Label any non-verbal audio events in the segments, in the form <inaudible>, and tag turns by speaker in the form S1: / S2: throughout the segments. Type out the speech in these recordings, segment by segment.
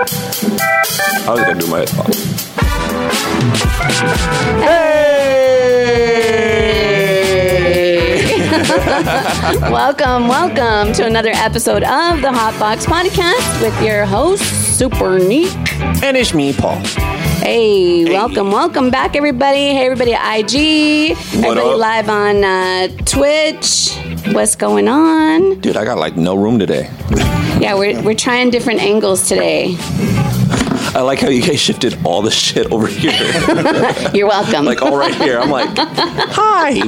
S1: I was gonna do my headphones.
S2: Welcome, welcome to another episode of the Hot Box Podcast with your host, Super Neat.
S1: And it's me, Paul.
S2: Hey, welcome, welcome back, everybody. Hey, everybody, at IG, everybody
S1: up?
S2: live on uh, Twitch. What's going on?
S1: Dude, I got like no room today.
S2: Yeah, we're, we're trying different angles today.
S1: I like how you guys shifted all the shit over <laughs> here.
S2: You're welcome.
S1: like all right here. I'm like, hi.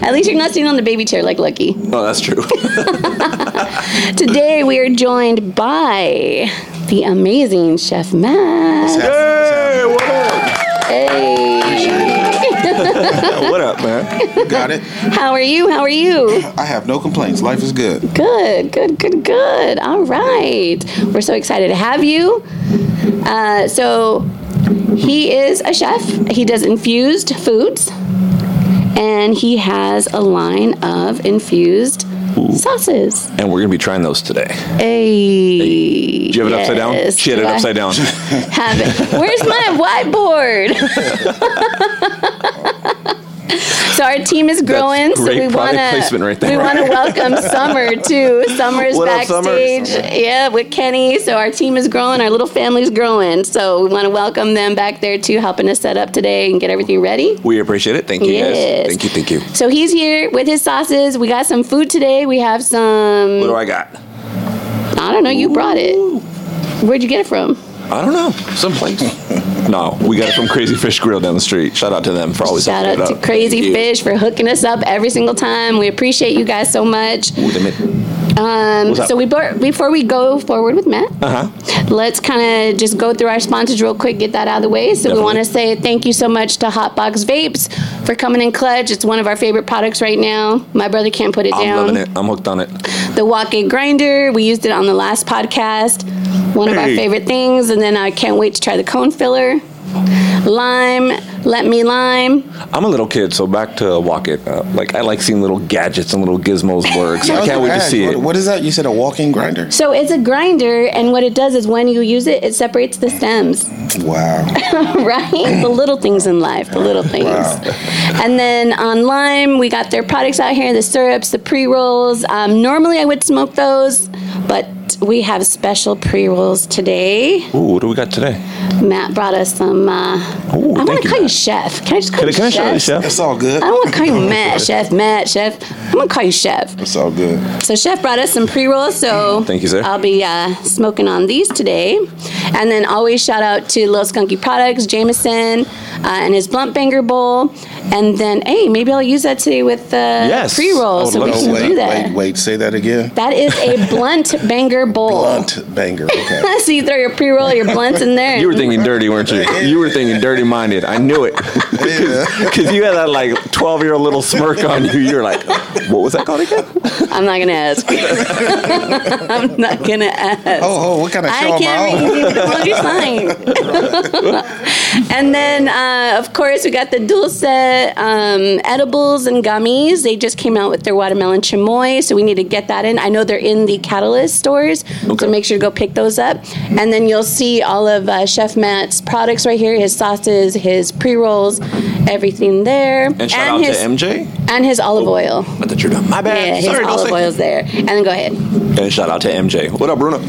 S2: <laughs> At least you're not sitting on the baby chair like Lucky.
S1: No, that's true.
S2: Today, we are joined by the amazing Chef Matt.
S1: hey, what up?
S2: Hey,
S1: What up, man?
S3: <laughs> Got it.
S2: how are you? How are you?
S3: I have no complaints. Life is good.
S2: Good, good, good, good. All right. We're so excited to have you. Uh, so, he is a chef, he does infused foods, and he has a line of infused sauces.
S1: And we're gonna be trying those today.
S2: Hey.
S1: Do you have it upside down?
S2: Yes.
S1: She had it
S2: Do I
S1: upside down.
S2: Have it. Where's my whiteboard? <laughs> So our team is growing, so
S1: great
S2: we
S1: product
S2: want
S1: placement
S2: to
S1: right
S2: we
S1: there.
S2: want to welcome
S1: <laughs>
S2: Summer too. Summer's
S1: What up, Summer?
S2: backstage, yeah, with Kenny. So our team is growing, our little family's growing. So we want to welcome them back there too, helping us set up today and get everything ready.
S1: We appreciate it. Thank you
S2: Yes.
S1: guys. Thank you, thank you.
S2: So he's here with his sauces. We got some food today. We have some.
S1: What do I got?
S2: I don't know. You brought it. Where'd you get it from?
S1: I don't know. Someplace. <laughs> no, we got it from Crazy Fish Grill down the street. Shout out to them for always
S2: Shout
S1: hooking
S2: out
S1: it
S2: to
S1: up.
S2: Crazy
S1: Thank you.
S2: Fish for hooking us up every single time. We appreciate you guys so much.
S1: Ooh, they made-
S2: Um,
S1: What's up? Uh-huh.
S2: so we bor- before we go forward with Matt, let's kind of just go through our sponsors real quick, get that out of the way. So we
S1: Definitely.
S2: want to say thank you so much to Hotbox Vapes for coming in clutch. It's one of our favorite products right now. My brother can't put it
S1: I'm
S2: down.
S1: loving it. I'm hooked on it.
S2: The walk in grinder, we used it on the last podcast. One of our
S1: Hey.
S2: favorite things, and then I can't wait to try the cone filler. Lime, let me lime.
S1: I'm a little kid, so back to walk it. Uh, like I like seeing little gadgets and little gizmos work. So I can't wait to see
S3: What-
S1: it.
S3: what is that? You said a walking grinder?
S2: So it's a grinder, and what it does is when you use it, it separates the stems. <laughs>
S3: Wow.
S2: right? The little things in life, the little things.
S3: Wow.
S2: And then on Lime, we got their products out here the syrups, the pre rolls. Um, normally I would smoke those, but we have special pre rolls today.
S1: Ooh, what do we got today?
S2: Matt brought us some. Uh,
S1: Ooh,
S2: I want
S1: thank
S2: to
S1: you,
S2: call you
S1: Matt.
S2: Chef. Can I just call
S1: Can I,
S2: you
S1: can I
S2: Chef?
S1: show you, chef?
S3: That's all good.
S2: I don't want to
S1: <laughs>
S2: call you Matt, Chef, Matt, Chef. I'm going to call you Chef.
S3: That's all good.
S2: So Chef brought us some pre-rolls, so
S1: Thank you, sir.
S2: I'll be uh, smoking on these today. And then always shout out to Little Skunky Products, Jameson, uh, and his Blunt Banger Bowl. And then, hey, maybe I'll use that today with the
S1: Yes. I
S2: pre-roll,
S1: would
S2: so we
S1: love to
S2: can
S1: see
S2: do
S3: Oh, wait,
S2: that.
S3: wait, wait. Say that again.
S2: That is a Blunt Banger Bowl. <laughs>
S3: Blunt banger. Okay.
S2: so you throw your pre-roll, your blunts in there.
S1: You were thinking dirty, weren't you? You were thinking dirty-minded. I knew it <laughs> because you had that like 12-year-old little smirk on you. You were like, "What was that called again?"
S2: I'm not gonna ask. <laughs> I'm not gonna ask.
S3: Oh, oh, what kind of show
S2: I
S3: am I
S2: can't read you.
S3: on?
S2: <laughs> Well,
S1: <laughs>
S2: you're fine. and then, uh, of course, we got the Dulce um, edibles and gummies. They just came out with their watermelon chamoy, so we need to get that in. I know they're in the Catalyst stores,
S1: Okay.
S2: so make sure to go pick those up. And then you'll see all of uh, Chef Matt's products right here: his sauces, his pre rolls, everything there,
S1: And shout out
S2: his
S1: to Oh. MJ.
S2: and his olive oil.
S1: I thought you were done. My bad.
S2: Yeah, his
S1: Sorry,
S2: olive
S1: Dulce.
S2: oil's there. And then go ahead.
S1: And shout out to MJ. What up, Bruno?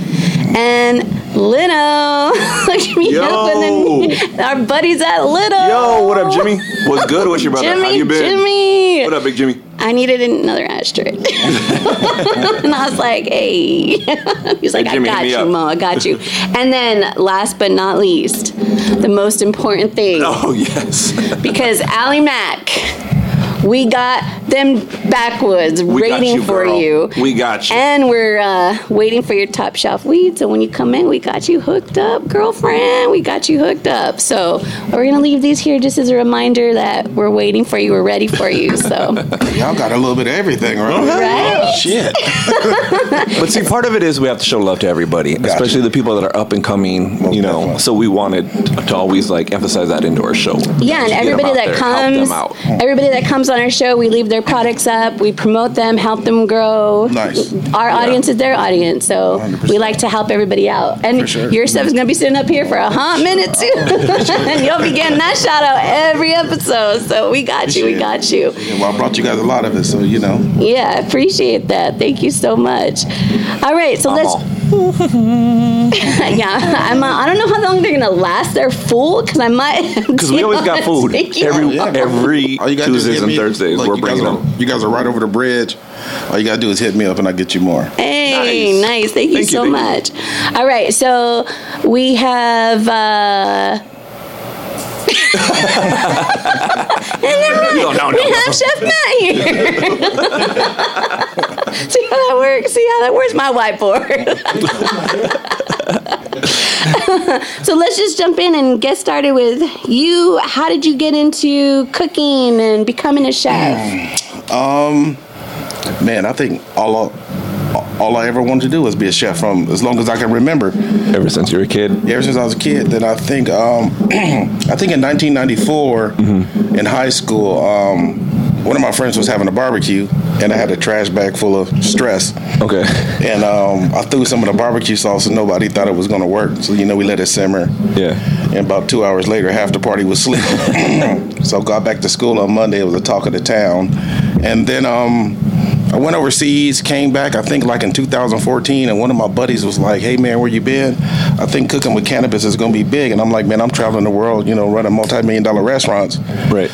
S2: And Lino. <laughs> Look at me
S1: Yo.
S2: opening. Our buddies at Lino.
S1: Yo, what up, Jimmy? What's good? What's your brother?
S2: Jimmy,
S1: How you been?
S2: Jimmy.
S1: What up, Big Jimmy?
S2: I needed another asterisk. <laughs> and I was like, hey. <laughs> He's like,
S1: Jimmy,
S2: I got
S1: hit me
S2: you,
S1: up."
S2: Mo. I got
S1: <laughs>
S2: you. And then, last but not least, the most important thing.
S1: Oh yes.
S2: <laughs> Because Allie Mac, we got them backwoods
S1: <laughs> We got
S2: waiting
S1: you,
S2: for
S1: girl.
S2: you.
S1: We got you.
S2: And we're uh, waiting for your top shelf weed. So when you come in, we got you hooked up, girlfriend. We got you hooked up. So we're going to leave these here just as a reminder that we're waiting for you. We're ready for you. So,
S1: <laughs>
S3: Y'all got a little bit of everything, right?
S2: right?
S3: Shit.
S1: But see, part of it is we have to show love to everybody, especially the people that are up and coming.
S3: Most
S1: you know,
S3: definitely.
S1: so we wanted to always like emphasize that into our show.
S2: Yeah, and
S1: Get 'em
S2: everybody
S1: out
S2: that
S1: there, help
S2: comes,
S1: them out.
S2: everybody that comes on our show, we leave their their products up. We promote them, help them grow.
S3: Nice.
S2: Our audience is their audience, so we
S3: 100%.
S2: like to help everybody out. And
S3: For sure.
S2: your stuff is gonna be sitting up here for a hot minute too,
S1: <laughs>
S2: <laughs> and you'll be getting that shout out every episode. So we got you. We got you.
S3: Yeah, well, I brought you guys a lot of it, so you know.
S2: Yeah, I appreciate that. Thank you so much. All right, so let's.
S1: all.
S2: <laughs> yeah, I'm. Uh, I don't know how long they're gonna last. They're full because I might.
S1: Because we always
S2: <laughs>
S1: got food every
S3: Yeah, bro.
S1: every
S3: All you gotta do is
S1: Tuesdays
S3: hit
S1: and
S3: me-
S1: Thursdays.
S3: look,
S1: we're
S3: you guys
S1: bringing
S3: are- <laughs>
S1: them.
S3: You guys are right over the bridge. All you gotta do is hit me up, and I will get you more.
S2: Hey, nice.
S1: Nice.
S2: Thank you
S1: Thank you,
S2: so
S1: thank
S2: much. All right, so we have.
S1: <laughs>
S2: Uh, <laughs>
S1: No, no,
S2: we
S1: no.
S2: have Chef Matt here. <laughs> See how that works? See how that works? My whiteboard. <laughs> so let's just jump in and get started with you. How did you get into cooking and becoming a chef?
S3: Um, man, I think all I, all I ever wanted to do was be a chef from as long as I can remember.
S1: Ever since you were a kid.
S3: Ever since I was a kid, then I think um, <clears throat> I think in 1994 in high school, um, one of my friends was having a barbecue, and I had a trash bag full of stress.
S1: Okay.
S3: And um, I threw some of the barbecue sauce, and nobody thought it was going to work. So you know, we let it simmer.
S1: Yeah.
S3: And about two hours later, half the party was asleep. <clears throat> so got back to school on Monday. It was the talk of the town. And then um, I went overseas, came back, I think like in 2014. And one of my buddies was like, hey, man, where you been? I think cooking with cannabis is going to be big. And I'm like, man, I'm traveling the world, you know, running multi-million dollar restaurants.
S1: Right.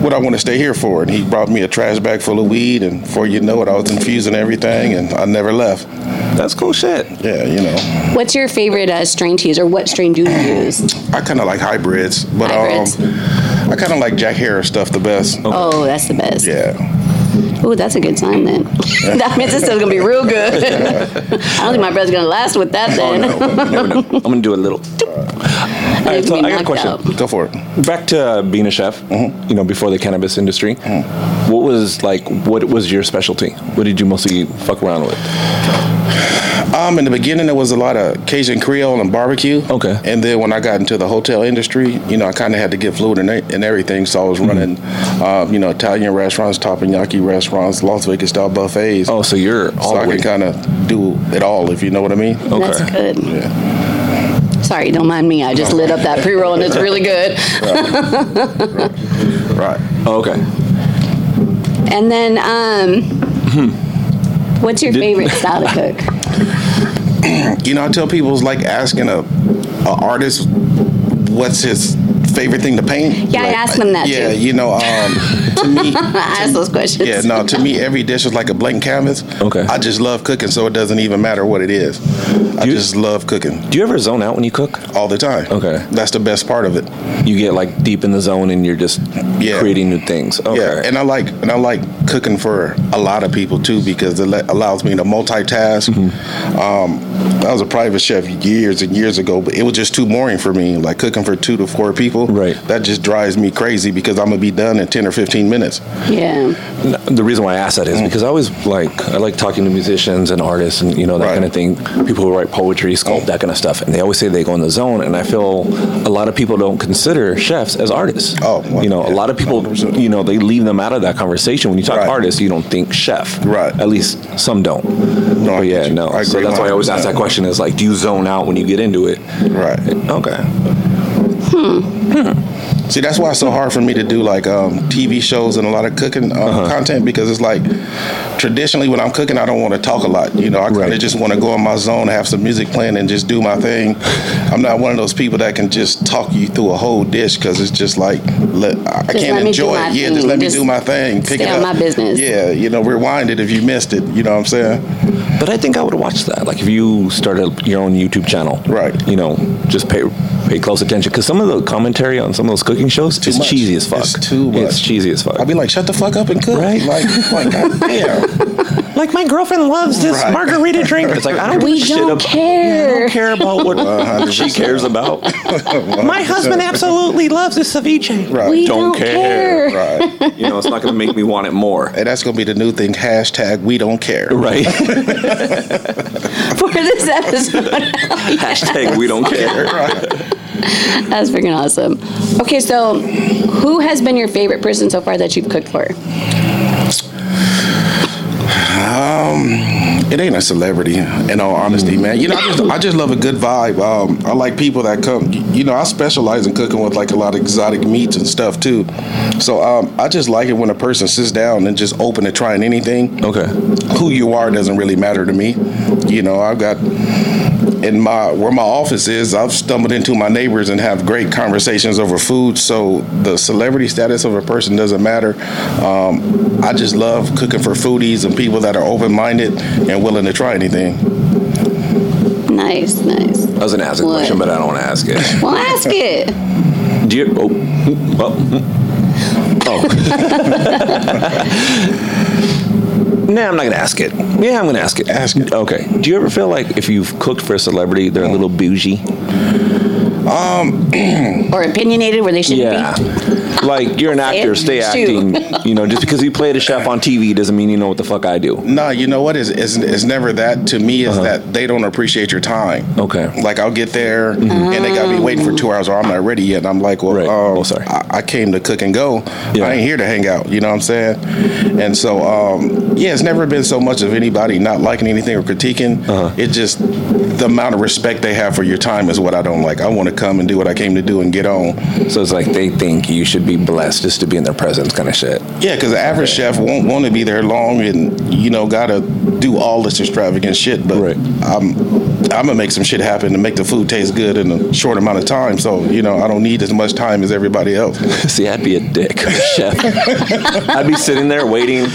S3: What I want to stay here for? And he brought me a trash bag full of weed. And before you know it, I was infusing everything. And I never left.
S1: That's cool shit.
S3: Yeah, you know.
S2: What's your favorite uh, strain to use, or what strain do you use?
S3: I kind of like hybrids, but
S2: Hybrids.
S3: um, I kind of like Jack Harris stuff the best.
S2: Oh, that's the best.
S3: Yeah,
S2: Oh, that's a good sign then. that means this is gonna be real
S3: <laughs>
S2: good. I don't think my brother's gonna last with that
S3: Oh,
S2: then.
S1: Never know. I'm gonna do a little. All right,
S2: He's
S1: so
S2: gonna be
S1: I got a
S2: knocked
S1: question.
S2: out.
S3: go for it.
S1: Back to uh, being a chef.
S3: Mm-hmm.
S1: You know, before the cannabis industry, what was like? What was your specialty? What did you mostly fuck around with?
S3: Um, in the beginning, there was a lot of Cajun Creole and barbecue.
S1: Okay.
S3: And then when I got into the hotel industry, you know, I kind of had to get fluid in, in everything. So I
S1: Mm-hmm.
S3: was running, uh, you know, Italian restaurants, Tapanyaki restaurants, Las Vegas style buffets.
S1: Oh, so you're all
S3: so
S1: the
S3: I
S1: way.
S3: can kind of do it all, if you know what I mean.
S2: <laughs> That's
S1: Okay.
S2: good.
S3: Yeah.
S2: Sorry, don't mind me. I just lit up that pre roll and it's really good.
S3: Right.
S1: Oh, okay.
S2: And then, um, what's your favorite style to cook?
S3: You know, I tell people it's like asking a, a artist what's his favorite thing to paint.
S2: Yeah, I
S3: Like,
S2: asked them that,
S3: Yeah,
S2: too. <laughs>
S3: you know, um, to me,
S2: I ask those questions.
S3: yeah, no, to me, every dish is like a blank canvas.
S1: Okay.
S3: I just love cooking, so it doesn't even matter what it is. I
S1: You-
S3: just love cooking
S1: Do you ever zone out when you cook?
S3: all the time.
S1: Okay.
S3: That's the best part of it.
S1: You get like deep in the zone and you're just
S3: Yeah.
S1: creating new things. Okay.
S3: Yeah, and I like and I like cooking for a lot of people too because it le- allows me to multitask.
S1: Mm-hmm.
S3: Um, I was a private chef years and years ago, but it was just too boring for me. Like cooking for two to four people,
S1: Right.
S3: That just drives me crazy because I'm gonna be done in ten or fifteen minutes.
S2: Yeah.
S1: No, the reason why I ask
S3: Mm.
S1: that is because I always like I like talking to musicians and artists and you know that
S3: Right. Mm.
S1: kind of thing. People who write poetry, sculpt, that kind of stuff, and they always say they go in the zone. And I feel a lot of people don't consider chefs as artists.
S3: Oh, well,
S1: you know, a
S3: yeah,
S1: lot of people,
S3: 100%.
S1: you know, they leave them out of that conversation. When you talk
S3: Right.
S1: artists, you don't think chef.
S3: Right.
S1: At least some don't.
S3: No, I
S1: but yeah,
S3: get you.
S1: no.
S3: I
S1: so
S3: agree
S1: that's why I always ask that
S3: 100%.
S1: question: is like, do you zone out when you get into it?
S3: Right.
S1: Okay.
S3: See, that's why it's so hard for me to do like um, TV shows and a lot of cooking um,
S1: Uh-huh.
S3: content because it's like traditionally when I'm cooking, I don't want to talk a lot. You know, I kind of
S1: Right.
S3: just want to go in my zone, have some music playing, and just do my thing. I'm not one of those people that can just talk you through a whole dish because it's just like let, I
S2: let me
S3: can't
S2: do
S3: enjoy
S2: my
S3: it. Yeah,
S2: thing.
S3: just let
S2: Just
S3: me do my thing. Pick
S2: stay
S3: it
S2: on
S3: up.
S2: my business.
S3: Yeah, you know, rewind it if you missed it. You know what I'm saying?
S1: But I think I would watch that. Like if you started your own YouTube channel,
S3: Right.
S1: You know, just pay pay close attention because some of the commentary on some of those cooking shows is
S3: much.
S1: cheesy as fuck.
S3: It's too
S1: It's
S3: much.
S1: cheesy as fuck.
S3: I'd be like, shut the fuck up and cook.
S1: Right.
S3: Like, like God damn.
S1: like my girlfriend loves this
S3: Right.
S1: margarita drink. It's like I don't
S2: We
S1: give a shit
S2: don't
S1: about-
S2: care.
S1: I don't care about
S3: <laughs>
S1: what
S3: 100%.
S1: she cares about. my husband absolutely loves this ceviche.
S3: Right.
S2: We
S1: Don't
S2: don't, care.
S1: care.
S3: Right.
S1: You know, it's not going to make me want it more.
S3: And that's gonna be the new thing. Hashtag we don't care.
S1: Right.
S2: <laughs> For this episode.
S1: <laughs> Hashtag we don't
S3: <laughs>
S1: care.
S2: That's freaking awesome. Okay, so who has been your favorite person so far that you've cooked for?
S3: Um, it ain't a celebrity, in all honesty, man. You know, I just, I just love a good vibe. Um, I like people that come. You know, I specialize in cooking with like a lot of exotic meats and stuff too. So um, I just like it when a person sits down and just open to trying anything.
S1: Okay.
S3: Who you are doesn't really matter to me. You know, I've got in my where my office is, I've stumbled into my neighbors and have great conversations over food. So the celebrity status of a person doesn't matter. Um, I just love cooking for foodies and people that are open minded and willing to try anything.
S2: Nice, nice.
S1: I was gonna ask a
S2: What?
S1: question, but I don't want to ask it.
S2: Well, ask it.
S1: Do you? Oh, hmm, oh, hmm. oh. <laughs> nah, I'm not gonna ask it. Yeah, I'm gonna ask it.
S3: Ask it.
S1: Okay. Do you ever feel like if you've cooked for a celebrity, they're a little bougie?
S2: Or opinionated where they shouldn't
S1: Yeah.
S2: be.
S1: Like you're an
S2: Say it.
S1: actor, stay
S2: Shoot.
S1: acting. You know, just because you played a chef on TV doesn't mean you know what the fuck I do.
S3: No, you know what? It's, it's, it's never that. To me, is that they don't appreciate your time.
S1: Okay.
S3: Like I'll get there and they got me waiting for two hours or I'm not ready yet. And I'm like, well,
S1: Right.
S3: um,
S1: Oh, sorry.
S3: I, I came to cook and go.
S1: Yeah.
S3: I ain't here to hang out. You know what I'm saying? And so, um, yeah, it's never been so much of anybody not liking anything or critiquing.
S1: Uh-huh.
S3: It just the amount of respect they have for your time is what I don't like. I want to come and do what I came to do and get on.
S1: So it's like they think you should be blessed just to be in their presence, kind of shit.
S3: Yeah, because the average chef won't want to be there long, and you know, gotta do all this extravagant shit. But
S1: Right.
S3: I'm, I'm gonna make some shit happen to make the food taste good in a short amount of time. So you know, I don't need as much time as everybody
S1: <laughs>
S3: else.
S1: See, I'd be a dick <laughs> chef. I'd be sitting there waiting.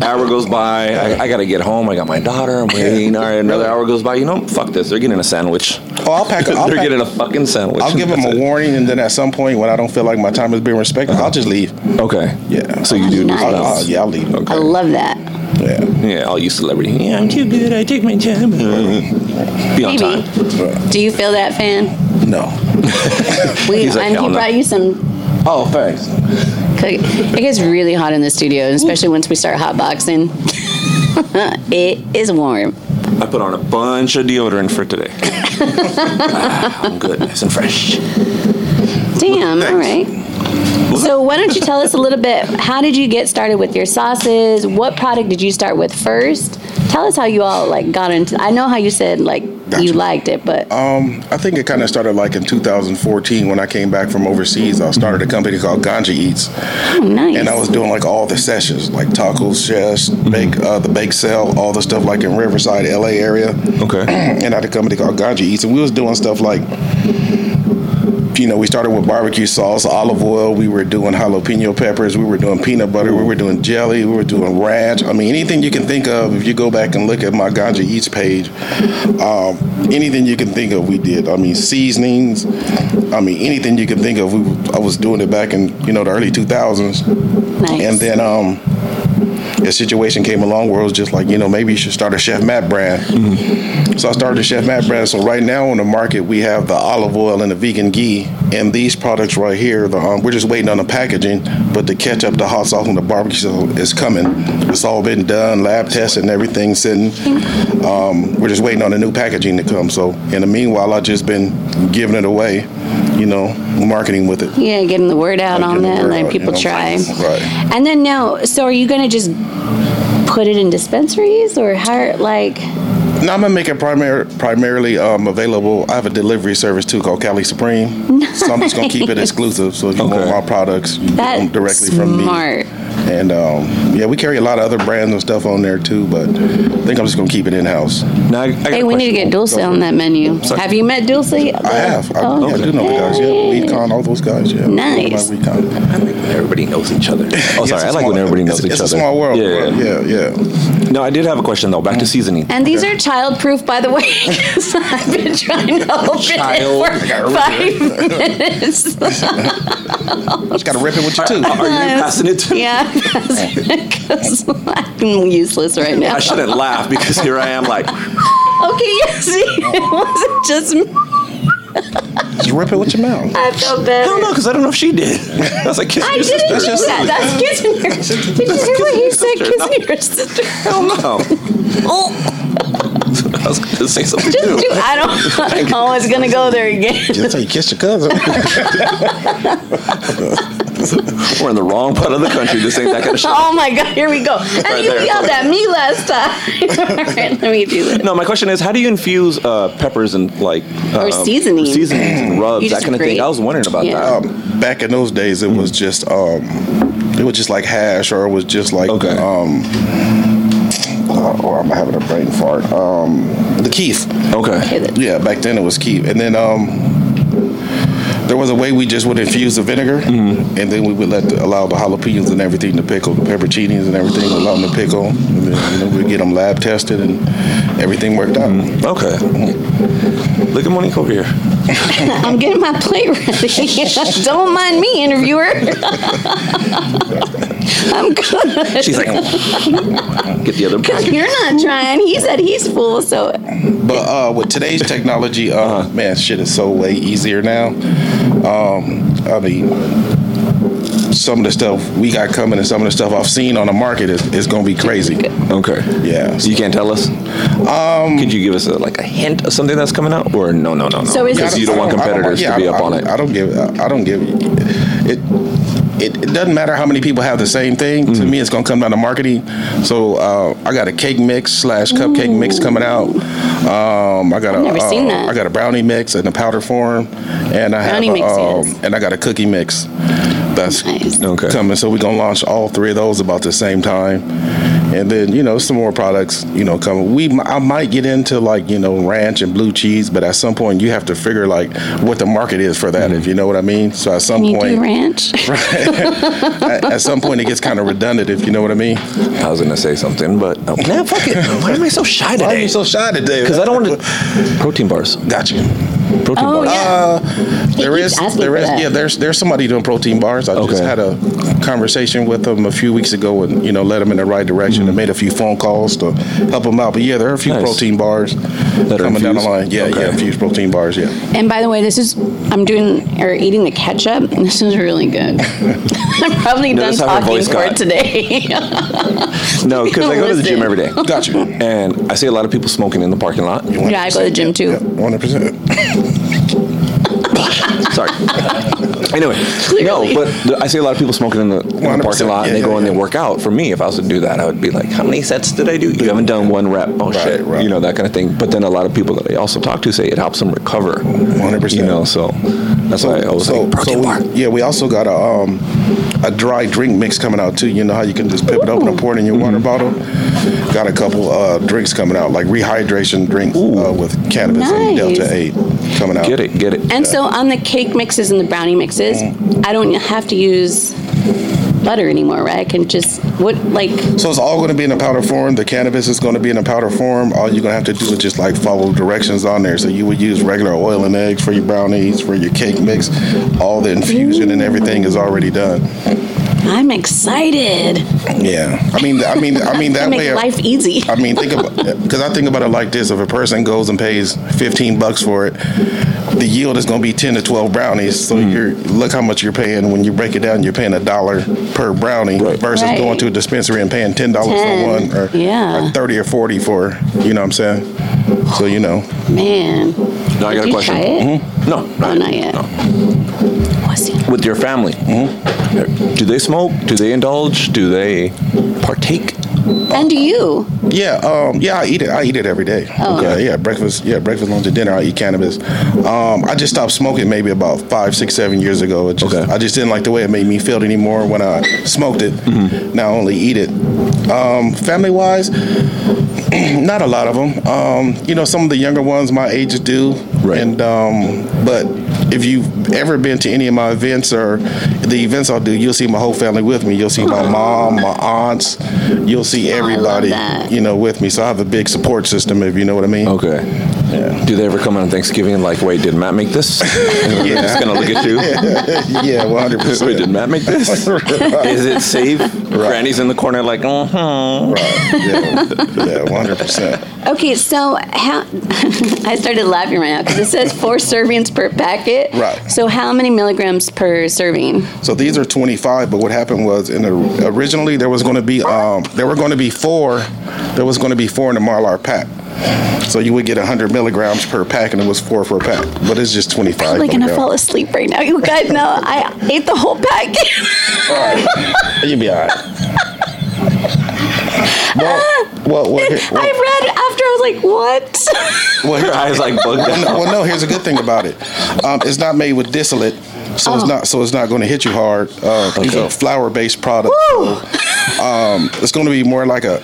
S1: Hour goes by. I, I gotta get home. I got my daughter. I'm waiting. All right, another hour goes by. You know, fuck this. They're getting a sandwich.
S3: Oh, I'll pack. I'll,
S1: They're
S3: pack,
S1: getting a fucking sandwich.
S3: I'll give them
S1: <laughs> That's
S3: a
S1: it.
S3: warning, and then at some point when I don't feel like my time is being respected, I'll just leave.
S1: Uh-huh. Okay.
S3: Yeah.
S1: So you do do
S2: Nice.
S1: something
S3: I'll, I'll,
S1: else.
S3: yeah, I'll leave.
S2: I love that.
S3: Yeah.
S1: Yeah, I'll use celebrity. Yeah, I'm too good. I take my time. Be on
S2: Phoebe,
S1: time.
S2: do you feel that, fan?
S3: No.
S2: We,
S1: He's like,
S2: and
S1: "Hell
S2: he
S1: no."
S2: brought you some.
S3: Oh, thanks.
S2: Cook. It gets really hot in the studio, and especially once we start hotboxing. <laughs> it is warm.
S1: I put on a bunch of deodorant for
S2: <laughs>
S1: today. Ah, I'm good, nice and fresh.
S2: Damn. All right. So why don't you tell us a little bit? How did you get started with your sauces? What product did you start with first? Tell us how you all like got into. I know how you said like you liked it, but
S3: Um, I think it kind of started like in 2014 when I came back from overseas. I started a company called Ganja Eats.
S2: oh, nice.
S3: and I was doing like all the sessions, like tacos, chefs, bake, uh, the bake sale, all the stuff like in Riverside, LA area.
S1: Okay.
S3: and I had a company called Ganja Eats, and we was doing stuff like, you know, we started with barbecue sauce, olive oil. We were doing jalapeno peppers. We were doing peanut butter. We were doing jelly. We were doing ranch. I mean, anything you can think of. If you go back and look at my Ganja Eats page, um, anything you can think of, we did. I mean, seasonings. I mean, anything you can think of. We, I was doing it back in you know the early two thousands.
S2: nice.
S3: And then um, a situation came along where it was just like, you know, maybe you should start a Chef Matt brand. So I started a Chef Matt brand. So right now on the market, we have the olive oil and the vegan ghee. And these products right here, the, um, we're just waiting on the packaging, but the ketchup, the hot sauce, and the barbecue sauce is coming. It's all been done, lab tested, and everything sitting. Um, we're just waiting on the new packaging to come. So in the meanwhile, I've just been giving it away, you know, marketing with it.
S2: Yeah, getting the word out
S3: Like,
S2: on
S3: getting the
S2: that and
S3: word
S2: letting
S3: out, you
S2: people
S3: know.
S2: try.
S3: Right.
S2: And then now, so are you going to just put it in dispensaries or how, like,
S3: No, I'm gonna make it primar- primarily um, available. I have a delivery service too called Cali Supreme, so I'm just gonna keep
S2: <laughs>
S3: it exclusive. So if you
S1: Okay.
S3: want my products, you get
S2: that's
S3: them directly from me.
S2: smart.
S3: And um, yeah, we carry a lot of other brands and stuff on there too, but I think I'm just gonna keep it in house.
S1: Now, I, I got
S2: Hey,
S1: a
S2: we need to
S1: question.
S2: get Dulce
S3: Go for
S2: on
S3: it.
S2: that menu.
S1: Sorry.
S2: Have you met Dulce? Oh.
S3: I have. I, yeah, I do know the guys. Yeah, Weedcon, all those guys. Yeah,
S2: Nice.
S3: Like Weedcon.
S1: I like when everybody knows each
S3: <laughs>
S1: other. Oh,
S3: It's
S1: sorry.
S3: a
S1: I like when
S3: small-
S1: everybody knows
S3: it's,
S1: each
S3: it's
S1: other.
S3: a small world.
S1: Yeah, yeah,
S3: Yeah, yeah. Mm.
S1: yeah. No, I did have a question though. Back to seasoning.
S2: And these are childproof, by the way, <laughs> 'cause I've been trying to open
S1: Child.
S2: it for five <laughs> minutes.
S3: Just gotta rip
S2: <laughs>
S3: it with you too.
S1: Are you passing it? to-
S3: <laughs>
S2: yeah, because I'm useless right now.
S1: I shouldn't laugh because here I am like,
S2: Okay, yes, <laughs> it wasn't just me.
S3: Just rip it with your mouth.
S2: I felt better.
S1: I don't know because I don't know if she did. That's like kissing
S2: I
S1: your
S2: didn't
S1: sister.
S2: do that. That's
S3: <laughs>
S2: kissing your. Did you hear what he said?
S1: kissing your
S2: Kissing your sister.
S1: Hell no.
S2: Oh,
S1: <laughs> I was going to say something
S2: just
S1: too.
S2: do. I <laughs> don't. Oh, it's gonna go there again.
S3: That's how you kiss your cousin.
S1: We're in the wrong part of the country. This ain't that kind of shit.
S2: <laughs> Oh my God, here we go. And
S1: Right
S2: you
S1: there.
S2: yelled at me last time. <laughs> All right, let me do this.
S1: No, my question is, how do you infuse uh, peppers and like
S2: Or
S1: um,
S2: seasonings.
S1: seasonings and rubs,
S2: You
S1: that
S2: just
S1: kind of
S2: grate.
S1: thing? I was wondering about
S2: Yeah.
S1: that.
S3: um, back in those days, it was just um, it was just like hash, or it was just like
S1: Okay.
S3: um, oh, oh, I'm having a brain fart. Um, the Keith,
S1: Okay.
S2: Okay,
S3: yeah, back then it was Keith, and then um, there was a way we just would infuse the vinegar, and then we would let the, allow the jalapenos and everything to pickle, the pepperoncinis and everything, allow them to pickle, and then, you know, we'd get them lab tested, and everything worked out.
S1: Okay. Look at Monique over here.
S2: I'm getting my plate ready. <laughs> Don't mind me, interviewer. <laughs> I'm good.
S1: She's like, get the other
S2: Because
S1: bracket.
S2: you're not trying. He said he's full, so
S3: But uh, with today's technology, uh, man, shit is so way easier now. Um, I mean, some of the stuff we got coming and some of the stuff I've seen on the market is, is going to be crazy.
S1: Okay.
S3: Yeah.
S1: So you can't tell us. Um, Could you give us a, like a hint of something that's coming out, or no, no, no, no?
S2: So is
S1: Because
S2: it-
S1: you don't want
S3: I I
S1: competitors
S3: yeah,
S1: to be
S3: I-
S1: up
S3: I-
S1: on it.
S3: I don't give. I don't give. It. It, it doesn't matter how many people have the same thing. To me, it's gonna come down to marketing. So uh, I got a cake mix slash cupcake mix coming out. Um, I got a.
S2: never
S3: uh,
S2: seen that.
S3: I got a brownie mix in a powder form, and I
S2: Brownie
S3: have a,
S2: mix,
S3: um,
S2: yes.
S3: and I got a cookie mix. That's
S2: Nice.
S1: Okay.
S3: coming. So we're gonna launch all three of those about the same time, and then you know some more products you know coming. We m- I might get into like you know ranch and blue cheese, but at some point you have to figure like what the market is for that, if you know what I mean. So at some
S2: you do
S3: point,
S2: ranch.
S3: at, at some point it gets kind of redundant, if you know what I mean.
S1: I was gonna say something, but oh, man, fuck it. <laughs> Why am I so shy today?
S3: Why are you so shy today?
S1: Because I don't want to. Protein bars.
S3: Gotcha.
S1: Protein
S2: Oh,
S1: bars.
S2: yeah.
S3: Uh,
S2: <laughs>
S3: there
S2: keeps
S3: is,
S2: asking
S3: there
S2: for
S3: is,
S2: that.
S3: yeah. There's, there's somebody doing protein bars. I just
S1: Okay.
S3: had a conversation with them a few weeks ago, and you know, led them in the right direction, and made a few phone calls to help them out. But yeah, there are a few
S1: Mm-hmm. Nice.
S3: protein bars
S1: are
S3: coming down the
S1: infused?
S3: line. Yeah, yeah,
S1: Okay.
S3: infused protein bars. Yeah,
S2: And by the way, this is I'm doing or eating the ketchup. and This is really good. <laughs> I'm probably done
S1: Notice how her
S2: talking
S1: voice
S2: for
S1: got- <laughs>
S2: today. <laughs>
S1: No, because I go to the gym
S2: Listen.
S1: every day.
S3: got you.
S1: And I see a lot of people smoking in the parking lot.
S2: yeah, I go to the gym too.
S3: One hundred percent. <laughs>
S1: Sorry. anyway,
S2: Clearly.
S1: no, but th- I see a lot of people smoking in the, in the
S3: 100%,
S1: parking lot, and they
S3: yeah,
S1: go
S3: yeah,
S1: and they
S3: yeah.
S1: work out. For me, if I was to do that, I would be like, "How many sets did I do? You haven't done one rep. Oh shit,
S3: right.
S1: you know that kind of thing." But then a lot of people that I also talk to say it helps them recover.
S3: 100%.
S1: You know, so that's why I always like protein
S3: we- Uh,
S1: bar.
S3: yeah, we also got a um, a dry drink mix coming out too. You know how you can just pip it open and pour it in your
S1: Mm-hmm.
S3: water bottle. Got a couple uh, drinks coming out, like rehydration drinks uh, with cannabis and
S2: Nice.
S3: delta eight coming out.
S1: Get it, get it.
S2: And so on the cake mixes and the brownie mixes,
S3: Mm.
S2: I don't have to use butter anymore, right? I can just what like
S3: So it's all going to be in a powder form. The cannabis is going to be in a powder form. All you're going to have to do is just like follow directions on there. So you would use regular oil and egg for your brownies, for your cake mix. All the infusion and everything is already done.
S2: I'm excited.
S3: Yeah, I mean, I mean, I mean that
S2: make
S3: way.
S2: life easy.
S3: I mean, think about because I think about it like this: if a person goes and pays fifteen bucks for it, the yield is going to be ten to twelve brownies. So you're look how much you're paying when you break it down. You're paying a dollar per brownie versus
S2: Right.
S3: going to a dispensary and paying ten dollars for
S2: 10,
S3: one or,
S2: yeah.
S3: or thirty or forty for. You know what I'm saying? So you know,
S2: Man.
S1: No, I
S2: Did
S1: got a
S2: you
S1: question. Mm-hmm.
S2: Try it?
S1: No,
S2: Oh, not yet. Pussy.
S1: with your family.
S3: Mm-hmm.
S1: Do they smoke? Do they indulge? Do they partake?
S2: And you.
S3: yeah, um, yeah, I eat it. I eat it every day.
S2: Oh.
S3: Yeah, yeah, breakfast, yeah, breakfast, lunch, and dinner. I eat cannabis. Um, I just stopped smoking maybe about five, six, seven years ago. It just,
S1: Okay.
S3: I just didn't like the way it made me feel anymore when I smoked it.
S1: Mm-hmm.
S3: Now I only eat it. Um, family wise, <clears throat> not a lot of them. Um, you know, some of the younger ones my age do.
S1: Right.
S3: And um, but if you've ever been to any of my events or the events I'll do, you'll see my whole family with me. You'll see my mom, my aunts. You'll see
S2: love
S3: everybody,
S2: that.
S3: you know, with me. So I have a big support system, if you know what I mean.
S1: Okay.
S3: Yeah.
S1: Do they ever come on Thanksgiving and like, wait, did Matt make
S2: <laughs>
S1: this? And they're just gonna look at you.
S3: <laughs> yeah, one hundred
S1: Wait, did
S3: percent.
S1: Matt make
S2: <laughs>
S1: this? Is it safe? Granny's in the corner, like, uh huh.
S3: Yeah, one hundred percent.
S2: Okay, so how <laughs> I started laughing right now because it says four
S3: <laughs>
S2: servings per packet.
S3: Right.
S2: So how many milligrams per serving?
S3: So these are 25, but what happened was, in the, originally there was going to be um, there were going to be four, there was going to be four in the Marlar pack. So you would get 100 milligrams per pack, and it was four for a pack. But it's just 25.
S2: I'm like gonna
S3: milligrams.
S2: fall asleep right now. You guys know I ate the whole pack.
S3: You'd be
S2: <laughs>
S3: all right. well, well, well, here, well,
S2: <laughs> I read after I was like, what? <laughs>
S3: well,
S1: Your
S3: here-
S1: eyes like bugged
S3: well, no,
S1: out.
S3: well, no, here's a good thing about it. Um, it's not made with distillate, so
S2: Oh.
S3: it's not so it's not going to hit you hard. Uh, These
S1: Okay.
S3: are flour-based products.
S2: Woo!
S3: So, um, it's going to be more like a,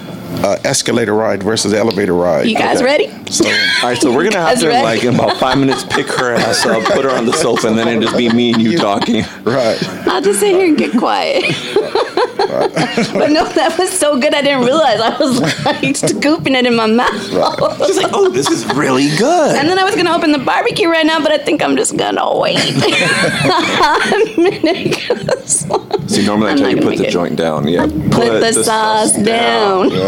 S3: a escalator ride versus elevator ride.
S2: You guys ready?
S3: So,
S1: <laughs> All right, so we're gonna have
S2: That's
S1: to
S2: right.
S1: like in about five minutes pick her ass up, put her on the sofa, and then it'll just be me and you
S2: <laughs>
S1: talking.
S3: right.
S2: <laughs> I'll just sit here and get quiet. <laughs> but no, that was so good. I didn't realize I was like <laughs> scooping it in my mouth.
S1: She's like, oh, this is really good.
S2: <laughs> And then I was gonna open the barbecue right now, but I think I'm just gonna wait. <laughs> a minute, 'cause-
S1: See, normally I
S2: I'm
S1: tell you put
S2: not gonna
S1: the
S2: make it.
S1: joint down. Yeah.
S2: Put the, sauce down.
S1: Put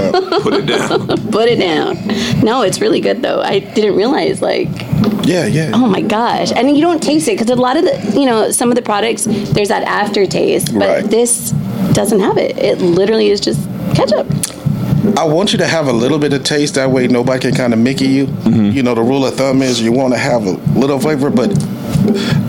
S1: it down.
S2: <laughs> <laughs> Put it down. No, it's really good though. I didn't realize like
S3: Yeah, yeah.
S2: oh my gosh, and you don't taste it because a lot of the you know some of the products there's that aftertaste, but
S3: Right.
S2: this doesn't have it. It literally is just ketchup.
S3: I want you to have a little bit of taste. That way, nobody can kind of Mickey you.
S2: Mm-hmm.
S3: You know, the rule of thumb is you want to have a little flavor, but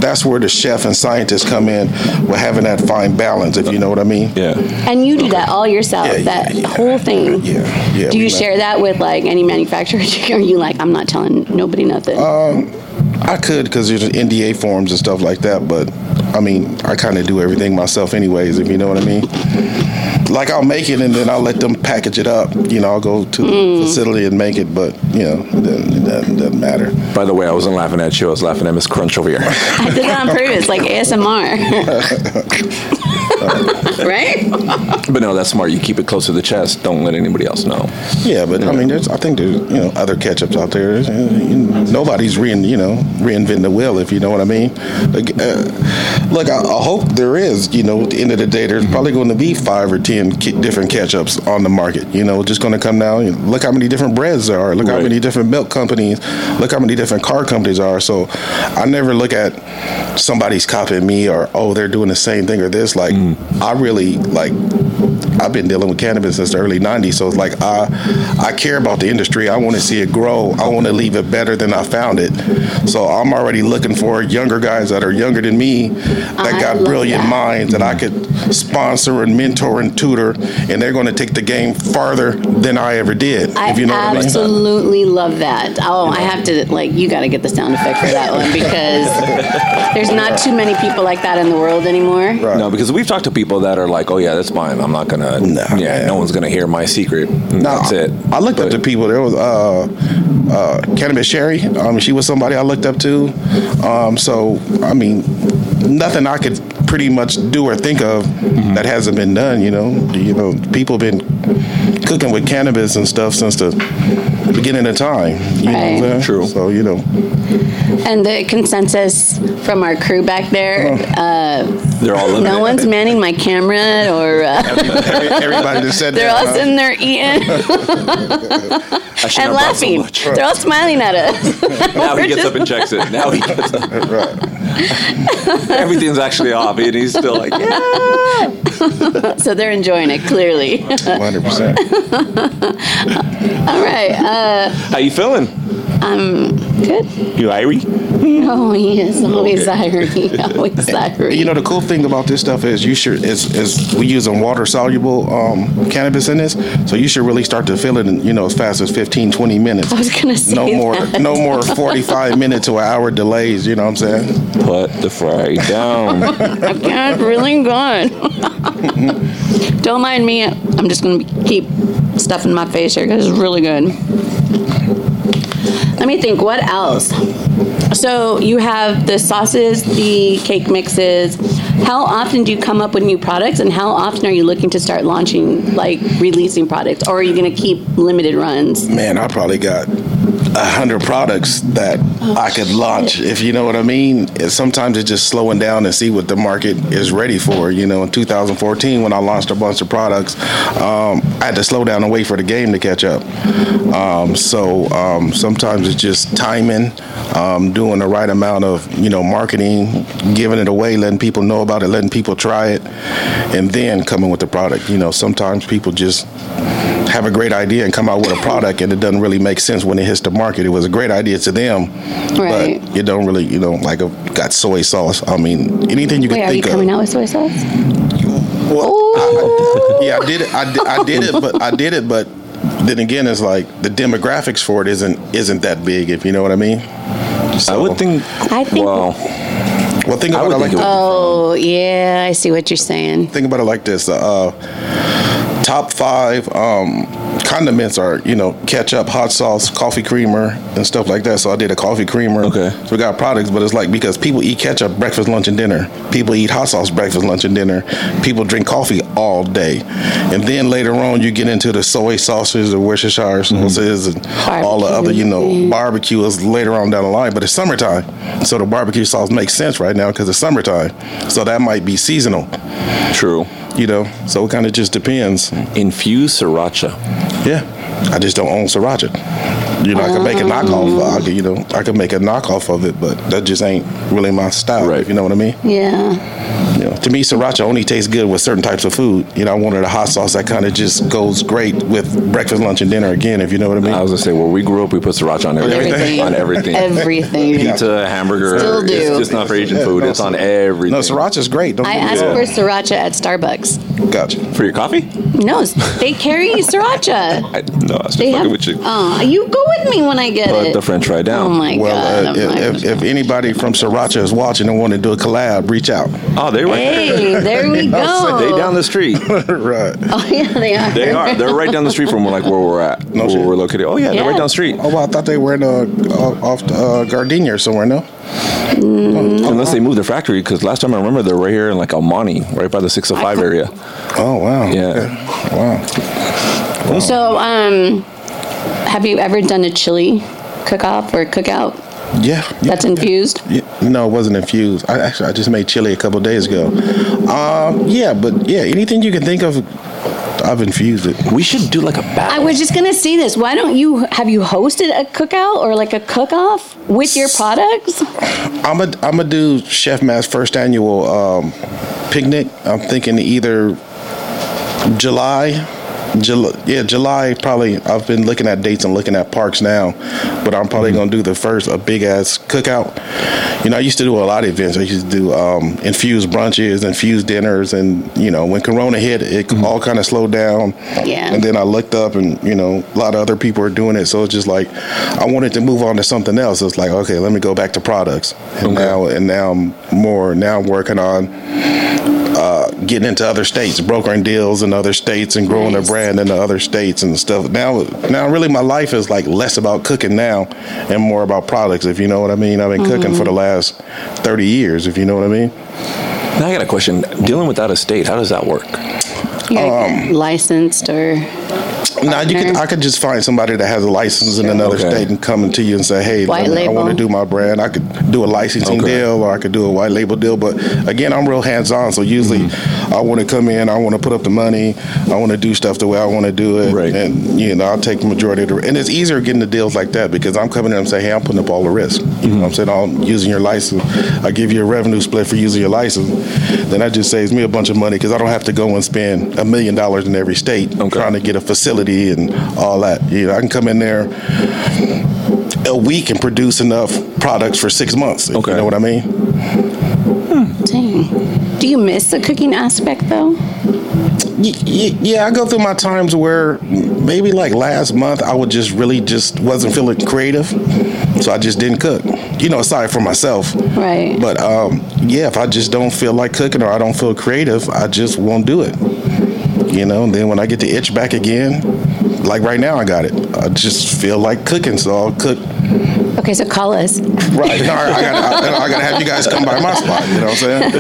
S3: that's where the chef and scientists come in with having that fine balance, if you know what I mean.
S1: Yeah.
S2: And you do that all yourself,
S3: Yeah,
S2: that
S3: yeah, yeah.
S2: whole thing.
S3: Yeah, yeah,
S2: do
S3: we
S2: you
S3: love-
S2: share that with like any manufacturer? <laughs> Are you like, I'm not telling nobody nothing?
S3: Uh,
S2: <laughs>
S3: I could because there's NDA forms and stuff like that, but I mean, I kind of do everything myself, anyways, if you know what I mean. Like, I'll make it and then I'll let them package it up. You know, I'll go to the facility and make it, but, you know, it doesn't, it doesn't, doesn't matter.
S1: By the way, I wasn't laughing at you. I was laughing at Miss Crunch over here.
S2: I did that on purpose,
S3: <laughs>
S2: like
S3: Uh,
S2: ASMR. <laughs> right?
S1: But no, that's smart. You keep it close to the chest. Don't let anybody else know.
S3: Yeah, but I mean, there's. I think there's you know other ketchups out there. There's, uh, you know, Nobody's rein you know reinventing the wheel, if you know what I mean. Like, uh, look, I, I hope there is. You know, at the end of the day, there's probably going to be five or ten ke- different ketchups on the market. You know, just going to come down. You know, look how many different breads there are. Look how
S1: Right.
S3: many different milk companies. Look how many different car companies are. So, I never look at somebody's copying me or oh they're doing the same thing or this. Like, I really like I've been dealing with cannabis since the early '90s, so it's like I I care about the industry. I want to see it grow. I want to leave it better than I found it. So I'm already looking for younger guys that are younger than me that
S2: I
S3: got
S2: love
S3: brilliant
S2: that.
S3: minds that I could sponsor and mentor and tutor, and they're going to take the game farther than I ever did.
S2: I
S3: if you know what I mean.
S2: absolutely love that. Oh, I have to, like, you got to get the sound effect for that one because there's not too many people like that in the world anymore.
S3: Right.
S1: No, because we've talked to people that are like, oh, yeah, that's mine. I'm not going to,
S3: No,
S1: yeah,
S3: man.
S1: no one's going to hear my secret. And
S3: No,
S1: that's it.
S3: I looked up
S1: But-
S3: to people. There was uh, uh, Cannabis Sherry. Um, she was somebody I looked up to. Um, so I mean, nothing I could pretty much do or think of
S1: Mm-hmm.
S3: that hasn't been done. You know, you know, people been cooking with cannabis and stuff since the beginning of time. You know what I'm
S2: Right.
S3: saying?
S1: True.
S3: So
S1: <laughs>
S3: you know,
S2: And the consensus from our crew back there uh,
S1: They're all living
S2: no
S1: it.
S2: one's manning my camera or. Uh,
S3: every- everybody just said
S2: They're
S3: that,
S2: all
S3: huh?
S2: sitting there
S3: <laughs>
S2: eating
S1: I shouldn't
S2: and
S1: have brought so
S2: laughing.
S1: much.
S2: They're all smiling at us. <laughs>
S1: Now
S2: We're
S1: he gets
S2: just-
S1: up and checks it. Now he gets
S2: <laughs>
S1: up. <laughs>
S3: Right.
S1: Everything's actually off, and he's still like, yeah.
S2: so they're enjoying it clearly. <laughs>
S3: 100%.
S2: all right, uh,
S1: How you feeling?
S2: good. <laughs>
S1: You irie?
S2: Oh, he is always
S1: Okay.
S2: irony. <laughs> Always irony.
S3: You know, the cool thing about this stuff is you should is is we using water soluble um, cannabis in this, so you should really start to feel it in you know as fast as 15, 20 minutes.
S2: I was gonna say
S3: no more
S2: that.
S3: no more 45 minute to an hour delays you know what i'm saying
S1: Put the fry down.
S3: <laughs>
S2: I can't really <laughs> good. Don't mind me. I'm just gonna keep stuffing my face here because it's really good. Let me think. What else? So you have the sauces, the cake mixes. How often do you come up with new products, and how often are you looking to start launching, like releasing products, or are you gonna keep limited runs?
S3: man i probably got a hundred products that i could launch if you know what i mean And sometimes it's just slowing down and see what the market is ready for you know in 2014 when i launched a bunch of products um, i had to slow down and wait for the game to catch up um, so um, sometimes it's just timing um, doing the right amount of you know marketing giving it away letting people know about it letting people try it and then coming with the product you know sometimes people just have a great idea and come out with a product and it doesn't really make sense when it hits the market. It was a great idea to them,
S2: Right.
S3: but it don't really, you know, like a, got soy sauce. I mean, anything you can
S2: Wait, are you
S3: think of.
S2: coming out with soy sauce?
S3: Well,
S2: Ooh.
S3: yeah, I did it. I did, I did it, but I did it, but then again, it's like the demographics for it isn't isn't that big, if you know what I mean. So,
S1: I would think.
S2: I think-
S1: Well,
S3: Well, think
S1: I
S3: about
S1: would
S3: it like
S1: think it would-
S2: Oh, yeah, I see what you're saying.
S3: think about it like this: uh, top five um, condiments are you know ketchup, hot sauce, coffee creamer, and stuff like that. So I did a coffee creamer.
S1: Okay.
S3: So we got products, but it's like because people eat ketchup breakfast, lunch, and dinner. People eat hot sauce breakfast, lunch, and dinner. People drink coffee all day, and then later on you get into the soy sauces, the Worcestershire sauces, and all the other you know
S2: Barbecue.
S3: barbecue is later on down the line, but it's summertime, so the barbecue sauce makes sense right now because it's summertime. So that might be seasonal
S1: true.
S3: you know. So it kind of just depends.
S1: Infused sriracha.
S3: Yeah, I just don't own sriracha. You know, I could make a knockoff. I could, you know, I could make a knockoff of it, but that just ain't really my style.
S1: Right.
S3: If you know what I mean.
S2: Yeah.
S3: You know, to me, sriracha only tastes good with certain types of food. You know, I wanted a hot sauce that kind of just goes great with breakfast, lunch, and dinner. Again, if you know what I mean.
S1: I was gonna say where we grew up, we put sriracha on everything.
S2: Everything.
S1: On everything.
S2: Everything.
S1: Pizza, hamburger.
S2: Still do.
S1: It's just not for Asian
S3: Yeah,
S1: food.
S3: no,
S1: it's on
S3: sir.
S1: everything.
S3: no, sriracha's great. Don't
S2: I
S3: get me
S2: asked
S3: wrong.
S2: for sriracha at Starbucks.
S3: Gotcha.
S1: for your coffee.
S2: No, they carry sriracha.
S1: I, no, I was just
S2: They
S1: fucking
S2: have.
S1: with you.
S2: Aw, you go with me when I get
S1: Put
S2: it.
S1: the French fry down.
S2: oh my
S3: Well,
S2: god. I'm not
S3: uh, if,
S2: gonna-
S3: if anybody from Sriracha is watching and want to do a collab, reach out. <laughs>
S1: Oh, they're right there.
S2: hey, there
S1: <laughs>
S2: we go.
S1: They down the street.
S3: right.
S2: <laughs> Oh yeah, they are.
S1: They are. They're right down the street from like where we're at, where
S3: shit.
S1: we're located. Oh yeah, they're right
S2: Yeah.
S1: down the street.
S3: Oh, well, I thought they were in uh, off uh, Gardenia or somewhere. No,
S1: Unless they move their factory, because last time I remember they're right here in like Almani, right by the 605 area.
S3: Oh wow!
S1: Yeah.
S3: Okay. Wow.
S2: So, um, have you ever done a chili cook-off or cookout
S3: Yeah.
S2: that's infused?
S3: Yeah. No, it wasn't infused. I actually I just made chili a couple days ago. Um, yeah, but yeah, anything you can think of, I've infused it.
S1: We should do like a battle.
S2: I was just gonna see this. Why don't you have you hosted a cookout or like a cook-off with your products?
S3: I'm a I'm gonna do Chef Matt's first annual um, picnic. I'm thinking either July. July, yeah, July probably. I've been looking at dates and looking at parks now, but I'm probably gonna do the first a big ass cookout. You know, I used to do a lot of events. I used to do um, infused brunches, infused dinners, and you know, when Corona hit, it all kind of slowed down.
S2: Yeah.
S3: And then I looked up, and you know, a lot of other people are doing it. So it's just like I wanted to move on to something else. It's like okay, let me go back to products. And now, and now I'm more now I'm working on uh, getting into other states, brokering deals in other states, and growing
S2: Nice.
S3: a brand in the other states and stuff. Now, now really, my life is like less about cooking now and more about products. If you know what I mean, I've been cooking for the last thirty years. If you know what I mean.
S1: now I got a question. Dealing without a state, how does that work?
S2: You're licensed or
S3: No, you could.
S2: partner.
S3: I could just find somebody that has a license in another
S1: Okay.
S3: state and come to you and say, "Hey,
S2: White
S3: I mean, I want to
S2: label.
S3: do my brand. I could do a licensing
S1: Okay.
S3: deal, or I could do a white label deal." But again, I'm real hands on, so usually I want to come in, I want to put up the money, I want to do stuff the way I want to do it,
S1: Right.
S3: and you know, I'll take the majority of the. And it's easier getting the deals like that because I'm coming in and saying, "Hey, I'm putting up all the risk." You know, what I'm saying I'm using your license. I give you a revenue split for using your license. Then that just saves me a bunch of money because I don't have to go and spend a million dollars in every state
S1: Okay.
S3: trying to get a facility and all that. You know, I can come in there a week and produce enough products for six months. if
S1: Okay.
S3: You know what I mean?
S2: dang. Do you miss the cooking aspect though?
S3: Y- y- yeah, I go through my times where maybe like last month I would just really just wasn't feeling creative, so I just didn't cook. You know, aside from myself.
S2: Right.
S3: But um, yeah, if I just don't feel like cooking or I don't feel creative, I just won't do it. You know, and then when I get the itch back again, like right now I got it. I just feel like cooking, so I'll cook.
S2: okay, so call us.
S3: Right. <laughs> No, I, I gotta, I, I gotta have you guys come by my spot. You know what I'm saying?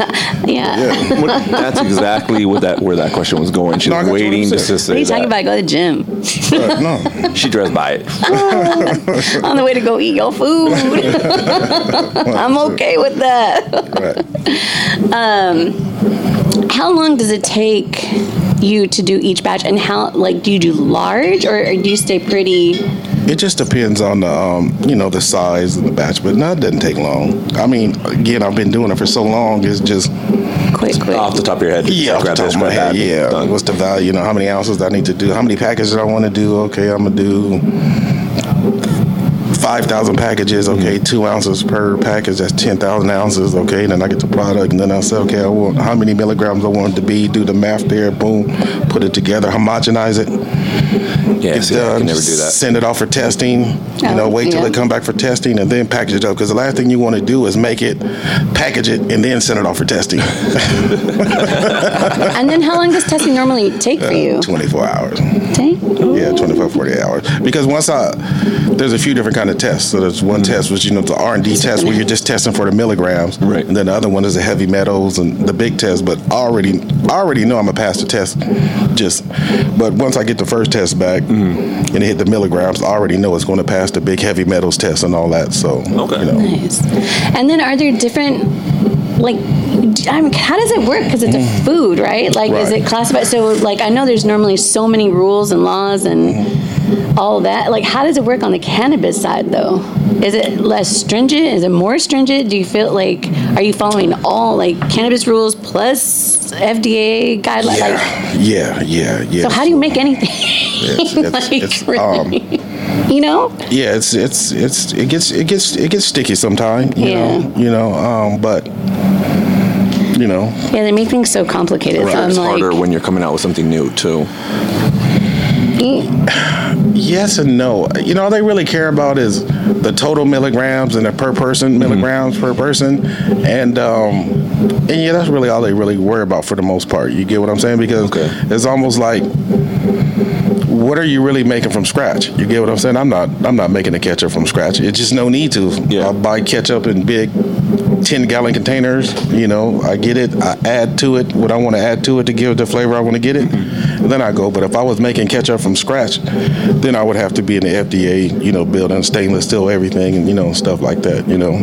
S2: Yeah.
S3: Yeah.
S1: What- that's exactly what that where that question was going. She's
S3: No, I got you what I'm
S1: waiting
S3: saying.
S1: just to say
S2: What are you talking
S1: that.
S2: about? Go to the gym.
S3: <laughs> But no.
S1: She dressed by it.
S2: On the way to go eat
S1: <laughs>
S2: your food. I'm okay with that. Um,
S3: Right.
S2: How long does it take you to do each batch and how like do you do large or, or do you stay pretty
S3: It just depends on the um, you know the size of the batch, but no, it doesn't take long. I mean, again, I've been doing it for so long. It's just
S2: Quick, quick.
S1: Off the top of your head.
S3: yeah, off the
S1: Grab
S3: top
S1: this,
S3: of my
S1: grab
S3: head,
S1: that,
S3: yeah.
S1: done.
S3: What's the value? You know, how many ounces do I need to do? How many packages I want to do? Okay, I'm gonna do five thousand packages. Okay, two ounces per package. That's ten thousand ounces. Okay, then I get the product, and then I say, okay, I want how many milligrams I want it to be. Do the math there. Boom, put it together, homogenize it.
S1: yeah,
S3: It's
S1: see, I
S3: done.
S1: can never do that.
S3: Send it off for testing. you know,
S2: Oh,
S3: wait till
S2: yeah.
S3: it come back for testing and then package it up. Because the last thing you want to do is make it, package it, and then send it off for testing. <laughs>
S2: and then how long does testing normally take for you?
S3: 24 hours.
S2: Take?
S3: Yeah, 24, 48 hours. Because once I, there's a few different kind of tests. So there's
S1: Mm-hmm.
S3: one test which you know the R and D test where you're just testing for the milligrams,
S1: Right.
S3: And then the other one is the heavy metals and the big test. But I already, I already know I'm gonna pass the test. Just, but once I get the first test back
S1: Mm-hmm.
S3: and it hit the milligrams, I already know it's going to pass the big heavy metals test and all that. So
S1: Okay.
S3: you know.
S2: Nice. And then are there different, like, d- I mean, how does it work? Because it's a food, right? Like, is
S3: Mm. Right.
S2: it classified? So, like, I know there's normally so many rules and laws
S3: Mm-hmm.
S2: and all that. Like, how does it work on the cannabis side, though? Is it less stringent? Is it more stringent? Do you feel like, are you following all, like, cannabis rules plus FDA guidelines? Like,
S3: Yeah, yeah, yeah, yeah.
S2: so how do you make anything?
S3: It's- it's-
S2: <laughs> like,
S3: it's,
S2: really?
S3: um,
S2: you know?
S3: yeah, it's it's it's it gets it gets it gets sticky sometimes. You know,
S2: Yeah.
S3: you know, um, but you know,
S2: Yeah, they make things so complicated. So I'm
S1: It's
S2: like,
S1: harder when you're coming out with something new too.
S2: mm,
S3: yes and no. You know, all they really care about is the total milligrams and the per person milligrams per person, and um, and yeah, that's really all they really worry about for the most part. You get what I'm saying? Because
S1: Okay.
S3: it's almost like. What are you really making from scratch? You get what I'm saying? I'm not. I'm not making a ketchup from scratch. It's just no need to.
S1: Yeah.
S3: I buy ketchup in big, ten gallon containers. You know, I get it. I add to it what I want to add to it to give it the flavor I want to get it. Then I go. But if I was making ketchup from scratch, then I would have to be in the FDA. You know, building stainless steel everything and you know stuff like that. You know.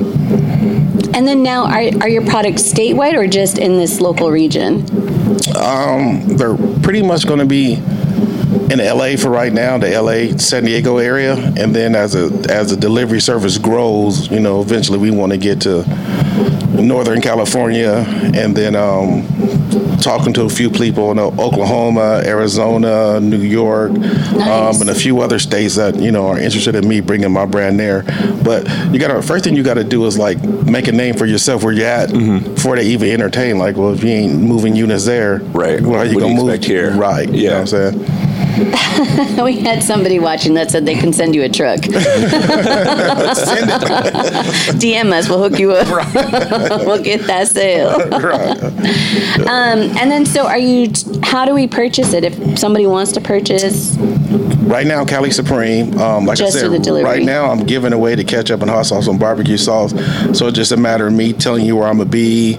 S2: And then now, are, are your products statewide or just in this local region? <laughs>
S3: um, they're pretty much going to be in LA for right now, the LA San Diego area, and then as a as the delivery service grows, you know, eventually we want to get to Northern California, and then um, talking to a few people in Oklahoma, Arizona, New York,
S2: Nice.
S3: um, and a few other states that you know are interested in me bringing my brand there. But you got to first thing you got to do is like make a name for yourself where you're at before they even entertain. Like, well, if you ain't moving units there,
S1: Right.
S3: Well, how you
S1: What do
S3: gonna
S1: you
S3: move
S1: expect here?
S3: Right. You know
S1: Yeah.
S3: what I'm saying.
S1: <laughs>
S2: We had somebody watching that said they can send you a
S3: <laughs>
S2: truck.
S3: Send it.
S2: <laughs> DM us, we'll hook you up. <laughs> we'll get that sale.
S3: right.
S2: Um, and then, so are you? How do we purchase it if somebody wants to purchase?
S3: Right now, Cali Supreme. Um, like
S2: Just
S3: I
S2: through
S3: said,
S2: the delivery.
S3: right now I'm giving away the ketchup and hot sauce and barbecue sauce. So it's just a matter of me telling you where I'm gonna be,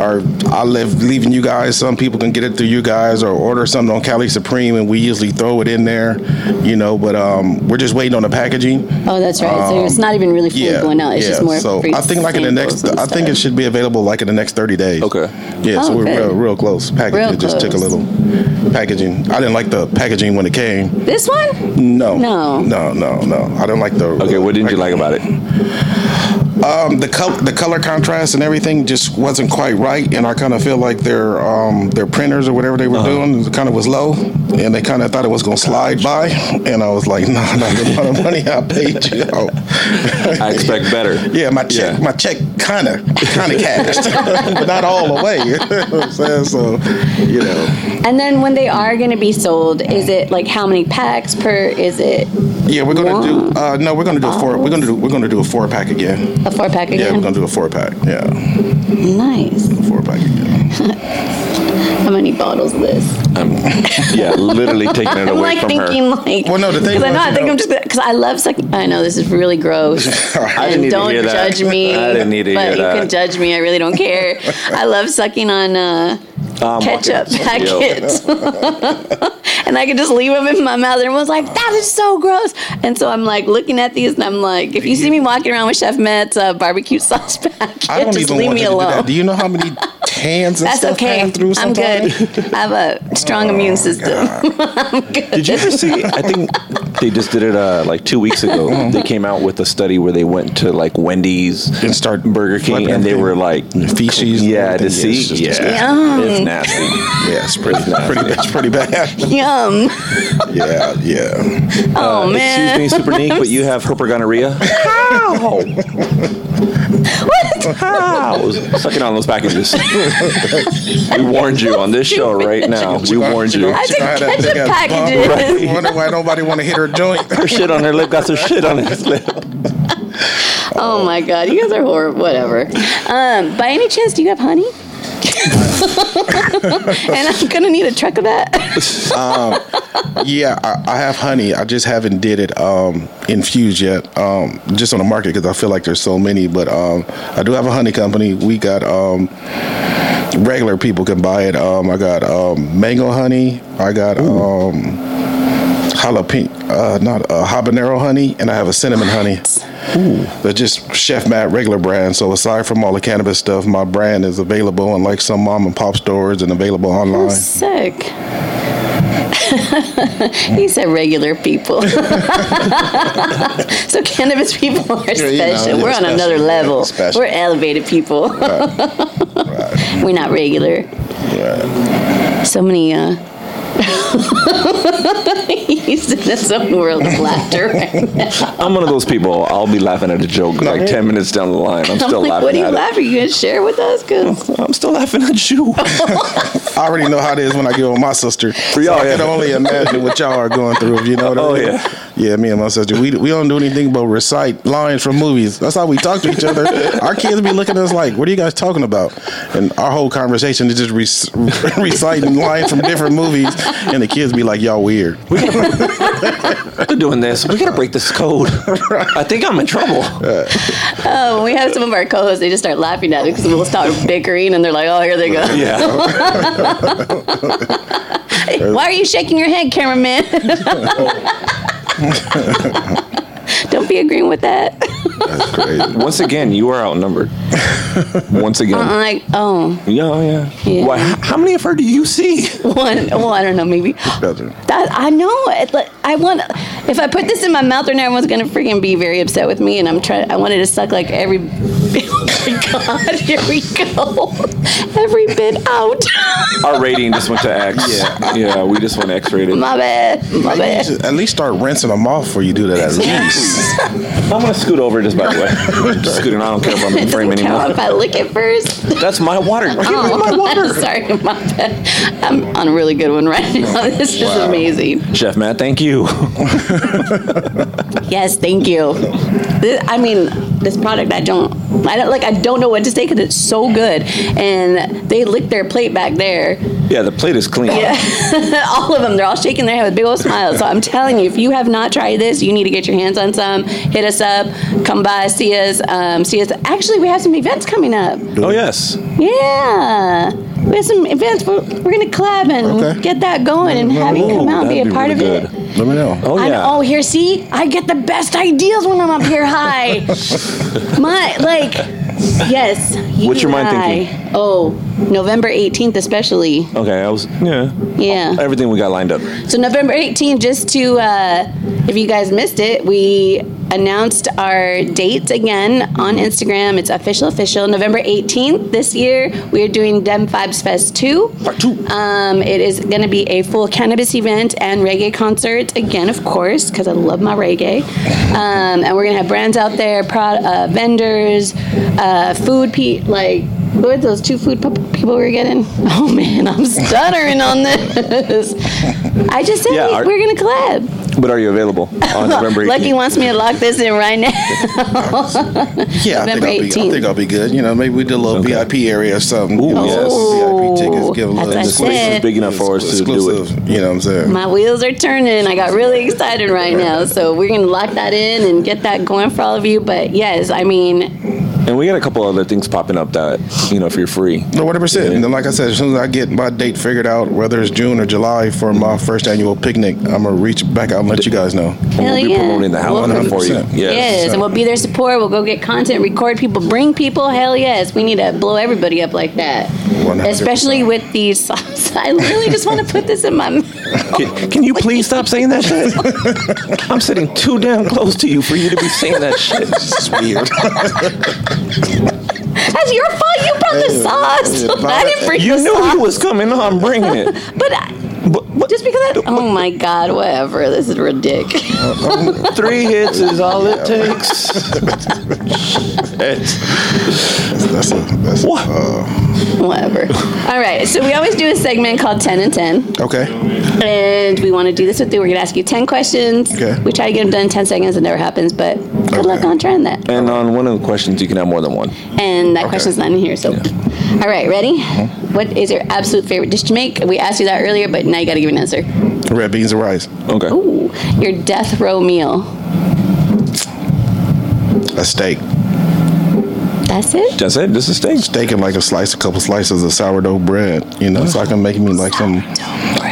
S3: or I live leaving you guys. Some people can get it through you guys, or order something on Cali Supreme, and we usually throw it in there, you know. But um, we're just waiting on the packaging.
S2: Oh, that's right. so it's
S3: Um,
S2: not even really food going out. It's just more.
S3: So
S2: free
S3: I think like in the next,
S2: samples and
S3: I think it
S2: stuff.
S3: should be available like in the next thirty days.
S1: Okay.
S3: Yeah,
S2: Oh,
S3: so we're
S2: good.
S3: real, real close. Packaging
S2: Real
S3: it just took a
S2: close.
S3: little packaging. I didn't like the packaging when it came.
S2: This one?
S3: No,
S2: No.
S3: no, no, no. I didn't like the.
S1: Okay, what didn't you like about it?
S3: Um, the color, the color contrast and everything just wasn't quite right, and I kind of feel like their um, their printers or whatever they were
S1: Uh-huh.
S3: doing kind of was low, and they kind of thought it was gonna slide by, and I was like, <laughs> nah, not the amount of money I paid
S1: <laughs>
S3: you.
S1: I expect better.
S3: Yeah, my check,
S1: Yeah.
S3: my check, kind of, kind of cashed, <laughs> but not all the way. <laughs> You know what I'm saying? So, you know,
S2: And then when they are going to be sold, is it like how many packs per? Is it
S3: yeah, we're gonna do. Uh, no, we're gonna do a four. We're gonna do. We're gonna do a four pack again.
S2: a four pack
S3: Yeah,
S2: again?
S3: we're gonna do a four pack. Yeah,
S2: nice.
S3: four pack again.
S2: How many bottles of this?
S1: I'm, um, yeah,
S2: <laughs>
S1: literally taking it
S2: I'm
S1: away
S2: like
S1: from
S2: thinking
S1: her.
S2: like.
S3: Well, no,
S2: <laughs>
S3: the thing
S2: Because I know
S3: was,
S2: I think
S3: you
S2: I'm
S3: know-
S2: just because I love sucking. I know this is really
S3: <laughs>
S2: gross.
S1: I
S2: and
S1: didn't need
S2: don't
S1: to hear that.
S2: judge me.
S1: I didn't need to
S2: but
S1: hear
S2: you
S1: that.
S2: can judge me. I really don't
S3: <laughs>
S2: care. I love sucking on uh,
S1: Um,
S2: ketchup
S1: okay.
S2: packets. <laughs> and I could just leave them in my mouth. And everyone's like, that is so gross. And so I'm like looking at these and I'm like, if you see me walking around with Chef Matt's uh, barbecue <laughs> sauce packet,
S3: I don't
S2: just
S3: even
S2: leave
S3: want
S2: me
S3: you to do
S2: alone. <laughs>
S3: that. Do you know how many hands and
S2: That's
S3: stuff
S2: okay.
S3: pass through
S2: I'm
S3: sometimes? Oh,
S2: good. I have a
S3: <laughs>
S2: strong immune system. I'm good.
S1: Did you ever <laughs> see? I think they just did it uh, like two weeks
S3: Mm-hmm.
S1: ago. they came out with a study where they went to like Wendy's
S3: And start
S1: Burger King,
S3: flipping
S1: and they
S3: everything.
S1: were like,
S3: feces. and
S1: yeah,
S3: everything.
S1: to see,
S3: it's just
S1: yeah,
S3: disgusting.
S1: it's nasty.
S3: Yeah, it's pretty, pretty, it's pretty bad.
S2: Yum.
S3: yeah, yeah.
S2: Oh man.
S1: Uh, Excuse me, Super Neek, but you have hypergonorrhea. <laughs> How?
S2: What?
S1: How? Sucking on those packages. <laughs> we warned you on this show right now. We warned you.
S2: I
S3: She gonna have
S2: didn't
S3: that
S2: catch
S3: big
S2: the
S3: ass bump.
S2: packages.
S3: I wonder why nobody want to hit her joint.
S1: Her shit on her lip got some shit on his
S2: <laughs>
S1: lip.
S2: <laughs> Oh my god, you guys are horrible. Whatever. Um, by any chance, do you have honey? and I'm gonna need a truck of that.
S3: Yeah, I, I have honey. I just haven't did it um, infused yet, um, just on the market because I feel like there's so many. But um, I do have a honey company. We got um, regular people can buy it. Um, I got um, mango honey. I got um, jalapeno, uh, not uh, habanero honey, and I have a cinnamon honey. Ooh. They're just Chef Matt regular brand. So aside from all the cannabis stuff, my brand is available on like some mom and pop stores and available online.
S2: Sick. <laughs> he said regular people. <laughs> so cannabis people are
S3: you know,
S2: special.
S3: yeah,
S2: We're on
S3: special.
S2: another
S3: Yeah,
S2: level.
S3: special.
S2: We're elevated people. <laughs> We're not regular.
S3: Right.
S2: So many. Uh, <laughs> he's in his own world of laughter right now.
S1: I'm one of those people. I'll be laughing at a joke like ten minutes down the line. I'm
S2: I'm
S1: still
S2: like,
S1: laughing
S2: what are you
S1: at
S2: laughing? You gonna share with us? Cause
S1: it. I'm still laughing at you.
S3: I already know how it is when I give with my sister.
S1: y'all,
S3: so I can
S1: yeah.
S3: only imagine what y'all are going through. You know what
S1: Oh,
S3: I mean?
S1: yeah.
S3: Yeah, me and my sister, we, we don't do anything but recite lines from movies. That's how we talk to
S1: <laughs>
S3: each other. Our kids be looking at us like, what are you guys talking about? And our whole conversation is just rec- <laughs> reciting lines from different movies. And the kids be like, y'all weird.
S1: <laughs> We're doing this. We gotta break this
S2: <laughs>
S1: code. I think I'm in trouble.
S2: oh, we have some of our co-hosts. They just start laughing at it because
S1: <laughs>
S2: we'll start bickering, and they're like, oh, here they go.
S1: Yeah.
S2: Why are you shaking your
S1: <laughs>
S2: head, cameraman? Don't be agreeing with that.
S3: That's crazy.
S1: Once again, you are outnumbered. Once again.
S2: I'm like, oh,
S1: Yeah, yeah.
S2: Yeah.
S1: Why, h- how many of her do you
S2: <laughs>
S1: see?
S2: one. Well, I don't know, maybe.
S3: Doesn't.
S2: That, I know. It, like, I want. If I put this in my mouth right now, everyone's gonna freaking be very upset with me. And I'm trying. I wanted to suck like every. <laughs> Oh my god! Here we go. Every bit out. <laughs>
S1: Our rating just went to X. Yeah. Yeah, we just went X rated. I'm
S2: my bad. My
S3: You
S2: bad.
S3: should at least start rinsing them off before you do that at least.
S1: gonna scoot over just by the way. I'm just scooting. I don't care if I'm in the frame
S2: Doesn't count
S1: anymore.
S2: if I lick it
S1: <laughs>
S2: first.
S1: That's my water. Give me
S2: Oh.
S1: my water.
S2: <laughs> Sorry, my bad. I'm on a really good one right now. <laughs> This is amazing.
S1: Chef Matt, thank you. <laughs>
S2: Yes, thank you. This, I mean, this product, I don't, I don't like, I don't know what to say because it's so good. And they licked their plate back there. <laughs>
S1: Yeah, the plate is clean.
S2: all of them, they're all shaking their head with big old smiles. So I'm telling you, if you have not tried this, you need to get your hands on some. Hit us up, come by, see us, um, see us. Actually, we have some events coming up.
S1: Oh yes.
S2: Yeah. We have some events. We're, we're going to collab and
S3: Okay.
S2: get that going and have you come
S1: Ooh,
S2: out and be a
S1: that'd be
S2: part
S1: really
S2: of
S1: good.
S2: it.
S3: Let me know.
S1: Oh
S2: I
S1: yeah.
S2: know- oh, here, see? I get the best ideas when I'm up here high.
S1: <laughs>
S2: My, like, yes. you
S1: What's your mind
S2: and I-
S1: thinking?
S2: Oh, November 18th, especially.
S1: Okay, I was yeah.
S2: Yeah.
S1: Everything we got lined up.
S2: So November 18th, just to, uh, if you guys missed it, we announced our dates again on Instagram. It's official, official. November 18th this year, we are doing Dem Vibes Fest 2.
S1: Part two.
S2: Um, it is going to be a full cannabis event and reggae concert again, of course, because I love my reggae. Um, and we're going to have brands out there, prod, uh, vendors, uh, food, pe- like. Who are those two food pu- people we're getting? <laughs> Oh man, I'm stuttering on this. I just said
S1: Yeah,
S2: we-
S1: our-
S2: we're gonna collab.
S1: But are you available
S2: <laughs>
S1: on November 18th?
S2: Lucky wants me to lock this in right now. <laughs>
S3: <laughs> Yeah, I think,
S2: November
S3: I'll be, I
S2: 18th.
S3: think I'll be good. You know, maybe we do a little
S1: Okay.
S3: VIP area or something. you know,
S1: yes.
S3: some VIP tickets, give a
S2: Ooh,
S3: little
S2: that's
S1: This place is
S2: said-
S1: big enough for us to do it.
S3: exclusive. You know what I'm saying?
S2: My wheels are turning. I got really excited right now. So we're gonna lock that in and get that going for all of you. But yes, I mean,
S1: And we got a couple other things popping up that, you know, if you're free.
S3: No, one hundred percent. And then, like I said, as soon as I get my date figured out, whether it's June or July for my first annual picnic, I'm gonna reach back out and let you guys know.
S1: And
S2: Hell
S1: we'll be
S2: yeah.
S1: promoting the hell out of it for you.
S3: 100%.
S1: Yes.
S2: Yes, and we'll be their support. We'll go get content, record people, bring people. Hell yes, we need to blow everybody up like that.
S3: 100%.
S2: especially with these sauces. <laughs> I really just want to put this in my mouth.
S1: Can, can you please stop saying that
S3: <laughs>
S1: shit? I'm sitting too damn close to you for you to be saying that shit.
S3: It's weird.
S2: <laughs> That's your fault. You brought the sauce.
S3: yeah,
S2: <laughs> I didn't bring
S1: You
S2: the
S1: knew
S2: sauce.
S1: he was coming on, bring it.
S2: But I,
S1: But, but
S2: just because I, oh my god, whatever. This is ridiculous. <laughs>
S1: three hits is all it takes. Shit.
S3: that's a, that's a-
S1: What?
S2: whatever. All right. So we always do a segment called Ten and Ten,
S3: okay.
S2: and we want to do this with you. We're gonna ask you ten questions.
S3: Okay.
S2: We try to get them done in ten seconds. It never happens, but good luck
S3: Okay.
S2: on trying that.
S1: And on one of the questions, you can have more than one.
S2: And that
S3: Okay. Uh-huh.
S2: question's not in here. So, all right, ready? What is your absolute favorite dish to make? We asked you that earlier, but now you got to give an answer.
S3: Red beans and rice.
S1: Okay.
S2: Ooh, your death row meal.
S3: A steak.
S2: That's it.
S1: That's it. This is steak.
S3: Steak and like a slice, a couple slices of sourdough bread. You know, so I can make me like some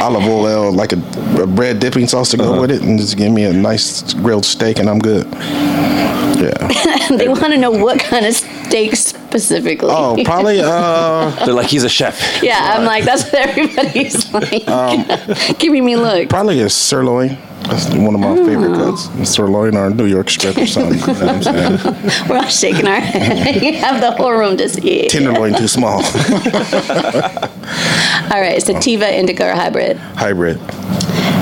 S3: olive oil, like a, a bread dipping sauce to go with it, and just give me a nice grilled steak, and I'm good. Yeah.
S2: <laughs> they want to know what kind of steak specifically.
S3: Oh, probably. Uh,
S1: They're like, he's a chef.
S2: <laughs> yeah, I'm like that's what everybody's <laughs> like.
S3: Um,
S2: Giving me look.
S3: Probably a sirloin. That's one of my favorite cuts. A sirloin or a New York strip or something. You know what I'm saying?
S2: We're all shaking
S3: <laughs>
S2: our head. <laughs> you have the whole room just yeah.
S3: Tenderloin too small. <laughs>
S2: All right, sativa indica or hybrid.
S3: Hybrid.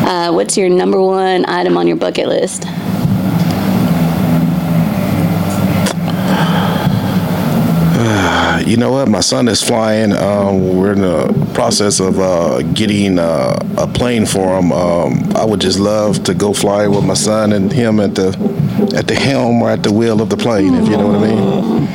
S2: Uh, what's your number one item on your bucket list?
S3: Uh, You know what? My son is flying. Um, we're in the process of uh, getting uh, a plane for him. Um, I would just love to go fly with my son and him at the at the helm or at the wheel of the plane. If you know what I mean.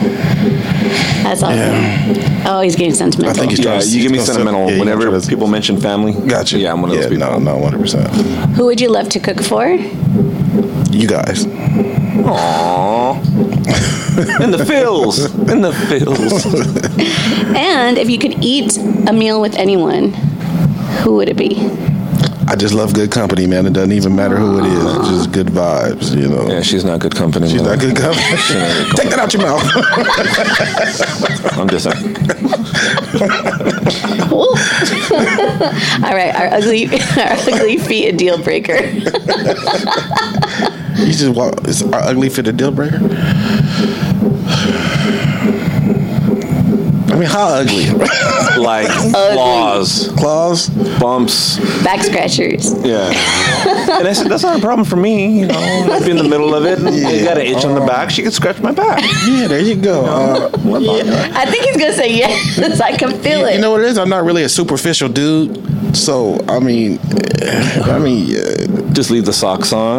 S2: That's awesome. Oh, he's getting sentimental.
S3: I think he's
S1: Yeah,
S3: trying. to-
S1: you give me
S3: he's trying to-
S1: sentimental.
S3: yeah, you
S1: Whenever
S3: trying to-
S1: people mention family,
S3: Gotcha.
S1: Yeah, I'm one of those
S3: yeah,
S1: people.
S3: No, no, one hundred percent.
S2: Who would you love to cook for?
S3: You guys. <laughs>
S1: Aww. In the fields. In the
S3: <laughs>
S1: fields.
S2: And if you could eat a meal with anyone, who would it be?
S3: I just love good company, man. It doesn't even matter who it is. It's just good vibes, you know.
S1: Yeah, she's not good company.
S3: She's not
S1: <laughs>
S3: good company. Take that out your mouth. <laughs>
S1: I'm just saying.
S2: <laughs> All right, our ugly, <laughs> our ugly feet a deal breaker.
S3: you just walk. Is our ugly fit a deal breaker? I mean, how ugly?
S1: <laughs>
S3: <laughs>
S1: Like flaws,
S3: Claws?
S1: bumps.
S2: Back scratchers.
S1: Yeah. and I said, that's not a problem for me. You know, I'd be in the middle of it. And I
S3: Yeah.
S1: got an itch on the back. She could scratch my back.
S3: Yeah, there you go. Uh,
S2: I think he's gonna say yes. I can feel
S3: you,
S2: it.
S3: you know what it is? I'm not really a superficial dude. So I mean, <sighs> I mean, uh,
S1: Just leave the socks on.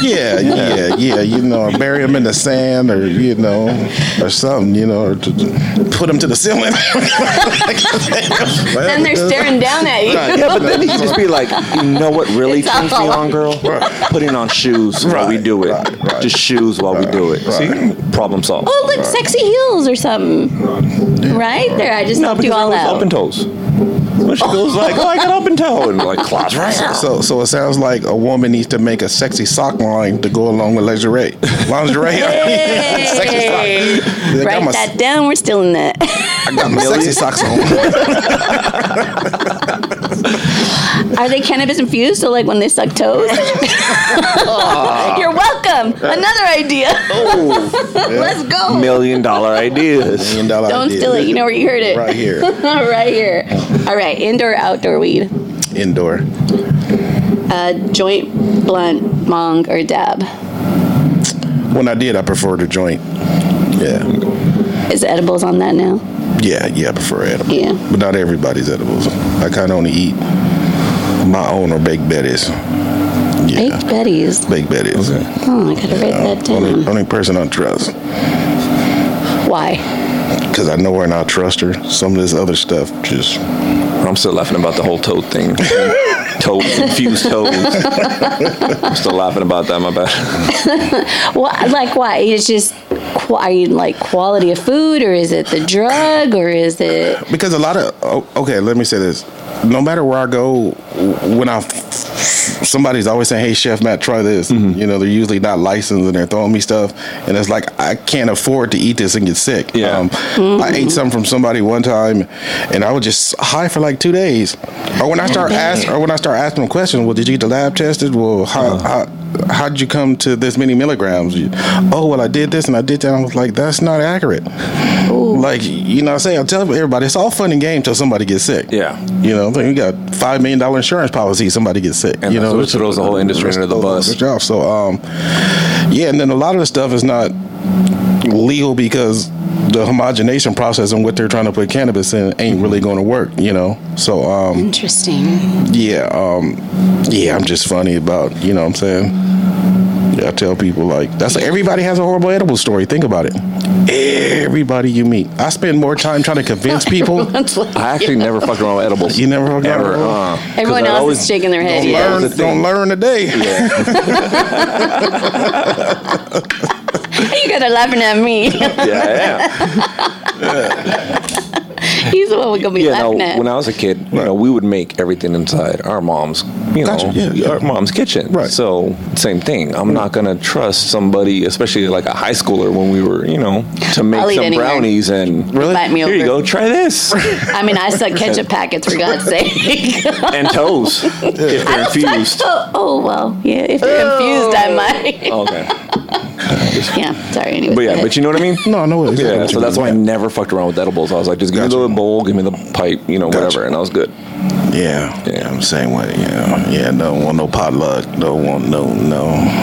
S3: yeah, yeah, yeah. You know, bury him in the sand, or you know, or something. You know, or to, put him to the ceiling.
S2: then they're staring down at you.
S3: Right.
S2: <laughs>
S1: Yeah, but then he'd just be like, you know what really
S2: It's
S1: turns me
S2: all-
S1: on, girl? Putting on shoes while we
S3: Right,
S1: do it.
S3: right, right.
S1: Just shoes while we do it. See? Problem solved.
S2: Oh, look, sexy heels or something. Right there, I just
S1: No,
S2: helped
S1: because
S2: you all
S1: I was
S2: out.
S1: open toes. When she goes like, oh, I got open toe, and like claps.
S3: <laughs> So, so it sounds like a woman needs to make a sexy sock line to go along with lingerie.
S2: <laughs>
S3: Lingerie. <laughs> sexy sock.
S2: Hey,
S3: I got,
S2: write
S3: my,
S2: that down. We're still in that.
S3: I got my sexy socks on.
S2: Are they cannabis infused? So like when they suck
S3: <laughs>
S2: toes. You're welcome. Another idea. Let's go.
S1: Million dollar ideas.
S3: Million
S2: <laughs>
S3: dollar
S2: Don't
S3: idea.
S2: steal it. You know where you heard it.
S3: Right here.
S2: <laughs> Right here. All right. Indoor, outdoor weed.
S3: Indoor.
S2: Uh, joint, blunt, mong, or dab.
S3: When I did, I preferred a joint. Yeah.
S2: Is edibles on that now?
S3: Yeah, yeah, I prefer edible.
S2: Yeah.
S3: But not everybody's edibles. I kind of only eat my own or Baked Betty's. Yeah.
S2: Baked Betty's.
S3: Baked Betty's.
S2: Oh, I gotta write that
S3: Only,
S2: down.
S3: only person I trust.
S2: Why?
S3: Because I know her and I trust her. Some of this other stuff just.
S1: I'm still laughing about the whole toe
S2: <laughs>
S1: thing. Toes, infused toes. I'm still laughing about that. My bad.
S2: Why? Like why? It's just. qu- Are you like quality of food, or is it the drug, or is it? <laughs>
S3: oh, because a lot of o- okay let me say this no matter where i go w- when i f- somebody's always saying, "Hey, Chef Matt, try this." You know, they're usually not licensed and they're throwing me stuff, and it's like I can't afford to eat this and get sick. Um,
S1: Yeah.
S3: I ate something from somebody one time, and I was just high for like two days. Or when I start asking, or when I start asking them questions, well, did you get the lab tested? Well, how how how'd you come to this many milligrams? You- Oh, well, I did this and I did that. I was like, that's not accurate. Like you know, what I say I tell everybody it's all fun and game till somebody gets sick.
S1: Yeah.
S3: You know, then you got five million dollar insurance policy. Somebody gets sick.
S1: And
S3: you
S1: that's
S3: know,
S1: what throws the whole industry under the bus.
S3: Good job. So, um, yeah, and then a lot of the stuff is not legal because the homogenation process and what they're trying to put cannabis in ain't really going to work. You know, so um,
S2: Interesting.
S3: yeah, um, yeah, I'm just funny about you know what I'm saying. Yeah, I tell people like that's everybody has a horrible edible story. Think about it. Everybody you meet, I spend more time trying to convince people. <laughs>
S1: I actually never fucked around with edibles.
S3: You never fucked around
S1: ever.
S3: with
S1: Uh, 'cause
S2: Everyone
S1: I'd
S2: else
S1: always-
S2: is shaking their head.
S1: Don't
S2: yeah.
S1: learn.
S3: learn,
S1: that's the
S3: don't
S1: thing.
S3: learn today.
S2: You guys are laughing at me. <laughs>
S1: Yeah, yeah.
S2: He's the one we're gonna be
S1: Yeah,
S2: laughing
S1: no,
S2: at.
S1: when I was a kid, you know,
S3: Right.
S1: we would make everything inside our mom's, you
S3: Gotcha,
S1: know,
S3: yeah, yeah.
S1: our mom's kitchen.
S3: Right.
S1: So same thing. I'm not gonna trust somebody, especially like a high schooler when we were, you know, to make
S2: I'll eat
S1: some
S2: anywhere.
S1: brownies and
S3: Really?
S2: Bite me
S1: here you go,
S2: over.
S1: try
S2: <laughs>
S1: this
S2: I mean, I
S1: <laughs>
S2: suck ketchup packets for God's sake. <laughs>
S1: and toes if they're infused.
S2: oh, oh well, yeah. If you're confused, I might.
S1: Oh, Okay,
S2: Yeah. Sorry. Anyway.
S1: but yeah, but you know what I mean.
S3: No, no, it's
S1: Yeah, so that's why I never fucked around with edibles. I was like, just give me
S3: Gotcha.
S1: the bowl, give me the pipe, you know,
S3: Gotcha.
S1: whatever, and I was good.
S3: Yeah, yeah, I'm the same way. Yeah, yeah. Don't want no potluck. Don't want no,
S2: No.
S3: no,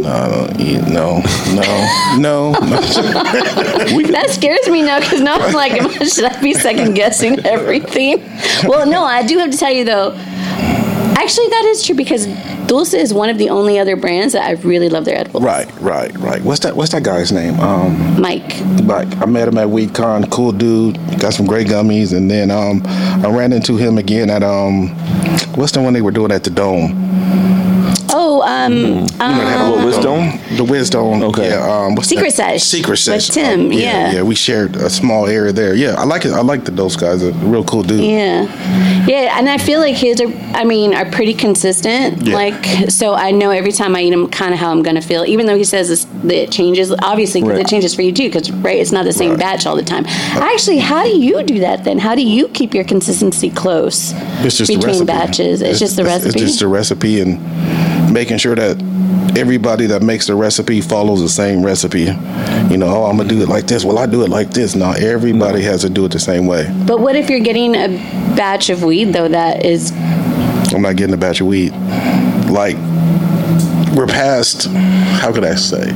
S3: no, I don't eat- no, no, no, <laughs> no.
S2: That scares me now because now I'm like, <laughs> am I- should I be second guessing <laughs> everything? Well, no, I do have to tell you though. Actually, that is true because Dulce is one of the only other brands that I really love their edibles.
S3: right, right, right. What's that? What's that guy's name? Um,
S2: Mike.
S3: like I met him at WeCon. Cool dude. Got some great gummies, and then um, I ran into him again at um, what's the one they were doing at the Dome?
S2: Oh,
S1: Mm-hmm.
S2: um, um
S1: Well, wisdom.
S3: The Wisdom.
S1: Okay.
S3: Yeah, um, what's
S2: Secret
S3: that?
S2: Sesh
S3: Secret
S2: with
S3: Sesh.
S2: Tim,
S3: Oh,
S2: yeah.
S3: yeah. we shared a small area there. Yeah, I like it. I like the Dose guys. A real cool dude.
S2: yeah, yeah, and I feel like his are, I mean, are pretty consistent.
S3: Yeah.
S2: Like, so I know every time I eat them, kind of how I'm gonna feel. Even though he says this, that it changes, obviously, 'cause
S1: Right.
S2: it changes for you too. Because right, it's not the same
S3: Right.
S2: batch all the time. Actually, how do you do that then? How do you keep your consistency close
S3: It's just
S2: between
S3: the recipe.
S2: batches? It's, just the
S3: it's-
S2: recipe.
S3: It's just the recipe and making sure that everybody that makes the recipe follows the same recipe. You know, oh, I'm gonna do it like this. Well, I do it like this. No, everybody has to do it the same way.
S2: but what if you're getting a batch of weed though that is
S3: I'm not getting a batch of weed. Like we're past. How could I say?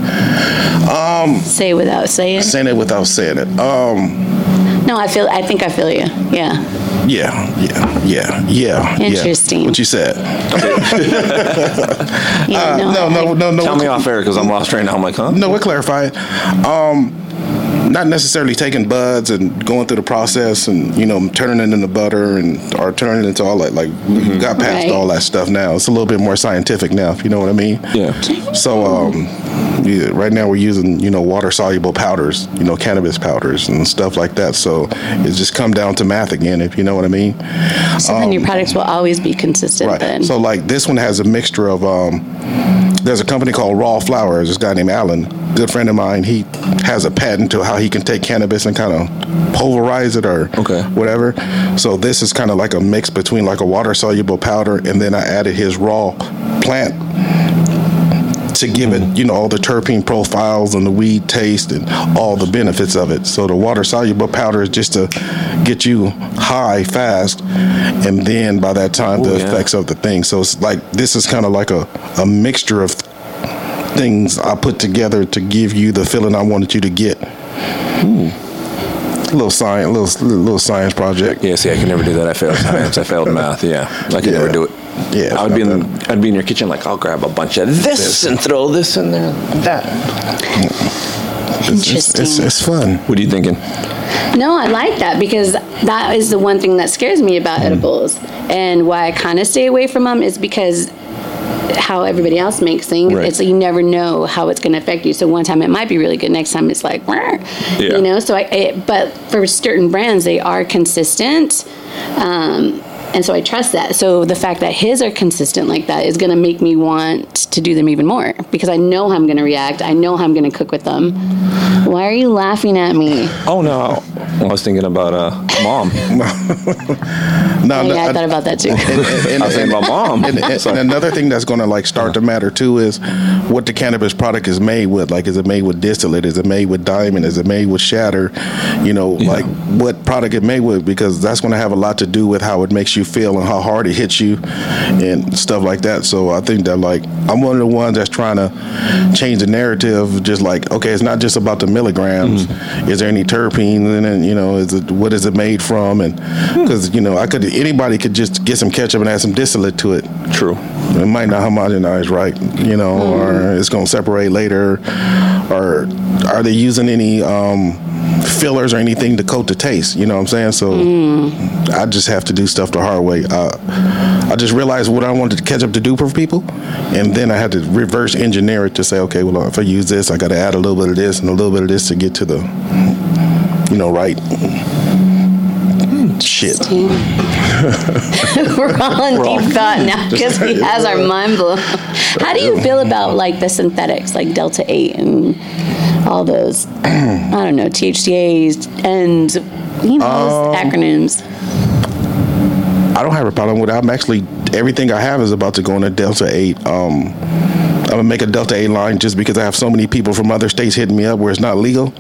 S2: say without saying?
S3: Saying it without saying it. Um.
S2: No, I feel. I think I feel you. Yeah.
S3: Yeah. Yeah. Yeah. Yeah.
S2: Interesting.
S3: Yeah. What
S2: <laughs>
S3: you said?
S2: yeah
S3: Uh, no. No. No. No.
S1: Tell me off air because I'm lost right now. I'm like, huh?
S3: No, we're clarifying. Um, not necessarily taking buds and going through the process and you know turning it into butter and or turning it into all that. Like
S1: Mm-hmm.
S3: we got past
S2: Right.
S3: all that stuff now. It's a little bit more scientific now, if you know what I mean.
S1: Yeah.
S3: So um, yeah, right now we're using you know water soluble powders, you know cannabis powders and stuff like that. So it's just come down to math again, if you know what I mean.
S2: So then your products will always be consistent
S3: um, Right.
S2: then.
S3: So like this one has a mixture of um, there's a company called Raw Flowers. This guy named Alan, good friend of mine. He has a patent to how he can take cannabis and kind of pulverize it or
S1: Okay.
S3: whatever. So this is kind of like a mix between like a water soluble powder and then I added his raw plant to give it, you know, all the terpene profiles and the weed taste and all the benefits of it. So the water soluble powder is just to get you high fast, and then by that time the
S1: Ooh, yeah.
S3: effects of the thing. So it's like this is kind of like a a mixture of things I put together to give you the feeling I wanted you to get.
S1: Hmm.
S3: Little science, little little science project.
S1: Yeah, see, I could never do that. I failed science. I failed math. Yeah, I could
S3: Yeah.
S1: never do it.
S3: Yeah,
S1: I would be
S3: not
S1: in. I'd be in your kitchen, like I'll grab a bunch of this, and throw this in there. That.
S3: It's, it's, it's,
S2: Interesting.
S3: it's fun.
S1: What are you thinking?
S2: no, I like that because that is the one thing that scares me about
S1: Mm.
S2: edibles and why I kind of stay away from them is because how everybody else makes things.
S1: Right.
S2: It's like you never know how it's going to affect you. So one time it might be really good, next time it's like, "Wah,"
S1: Yeah.
S2: you know. So I, it, but for certain brands, they are consistent. Um, And so I trust that. So the fact that his are consistent like that is going to make me want to do them even more because I know how I'm going to react. I know how I'm going to cook with them. Why are you laughing at me?
S1: Oh no, I was thinking about uh, <laughs> mom.
S3: No,
S2: Oh, yeah,
S3: no,
S2: I
S3: I-
S2: thought about
S1: <laughs>
S2: that too.
S3: <laughs> and- and-
S1: I was thinking about mom.
S3: And, and- and another thing that's going to like start to matter too is what the cannabis product is made with. Like, is it made with distillate? Is it made with diamond? Is it made with shatter? You know, like what product it made with, because that's going to have a lot to do with how it makes you feel and how hard it hits you and stuff like that. So I think that like I'm one of the ones that's trying to change the narrative. Just like, okay, it's not just about the milligrams. Is there any terpenes in it? You know, is it what is it made from? And because you know, I could anybody could just get some ketchup and add some distillate to it
S1: True.
S3: it might not homogenize right, you know, or it's going to separate later, or are they using any um, fillers or anything to coat the taste? You know what I'm saying? So I just have to do stuff the hard way. Uh, I just realized what I wanted ketchup to do for people, and then I had to reverse engineer it to say, okay, well, if I use this, I got to add a little bit of this and a little bit of this to get to the, you know, right. Shit.
S2: We're all in deep thought
S1: <laughs>
S2: now because he has our mind blown. How do you feel
S1: <laughs>
S2: about like the synthetics, like Delta 8 and all those, I don't know, THCAs and, you know,
S1: Um,
S2: those acronyms? <laughs>
S3: I don't have a problem with it. I'm actually everything I have is about to go into Delta Eight. Um, I'm gonna make a Delta Eight line just because I have so many people from other states hitting me up where it's not legal.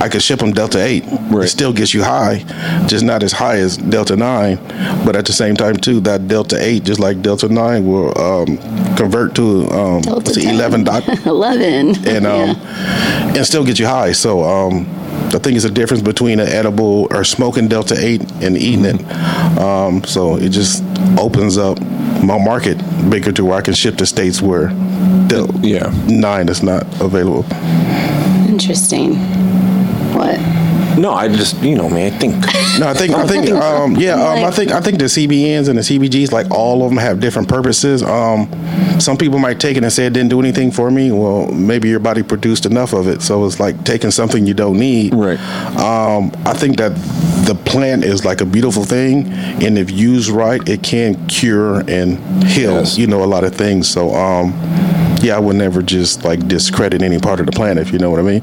S3: I could ship them Delta Eight.
S1: Right.
S3: It still gets you high, just not as high as Delta Nine. But at the same time, too, that Delta Eight, just like Delta Nine, will um, convert to um,
S2: Delta
S3: what's it,
S2: 10.
S3: eleven dot
S2: 11.
S3: and um, and still get you high. So um, I think it's a difference between an edible or smoking Delta Eight and eating it. Um, so it just opens up my market bigger to where I can ship to states where Del-
S1: Yeah.
S3: nine is not available.
S2: <laughs> Interesting. What?
S1: No, I just you know me. I think
S3: No, I think I think um, yeah, um, I think I think the CBNs and the CBGs, like all of them, have different purposes. Um, some people might take it and say it didn't do anything for me. Well, maybe your body produced enough of it, so it's like taking something you don't need.
S1: Right.
S3: Um, I think that the plant is like a beautiful thing, and if used right, it can cure and heal.
S1: Yes.
S3: You know, a lot of things. So. Um, yeah, I would never just like discredit any part of the plant, if you know what I mean.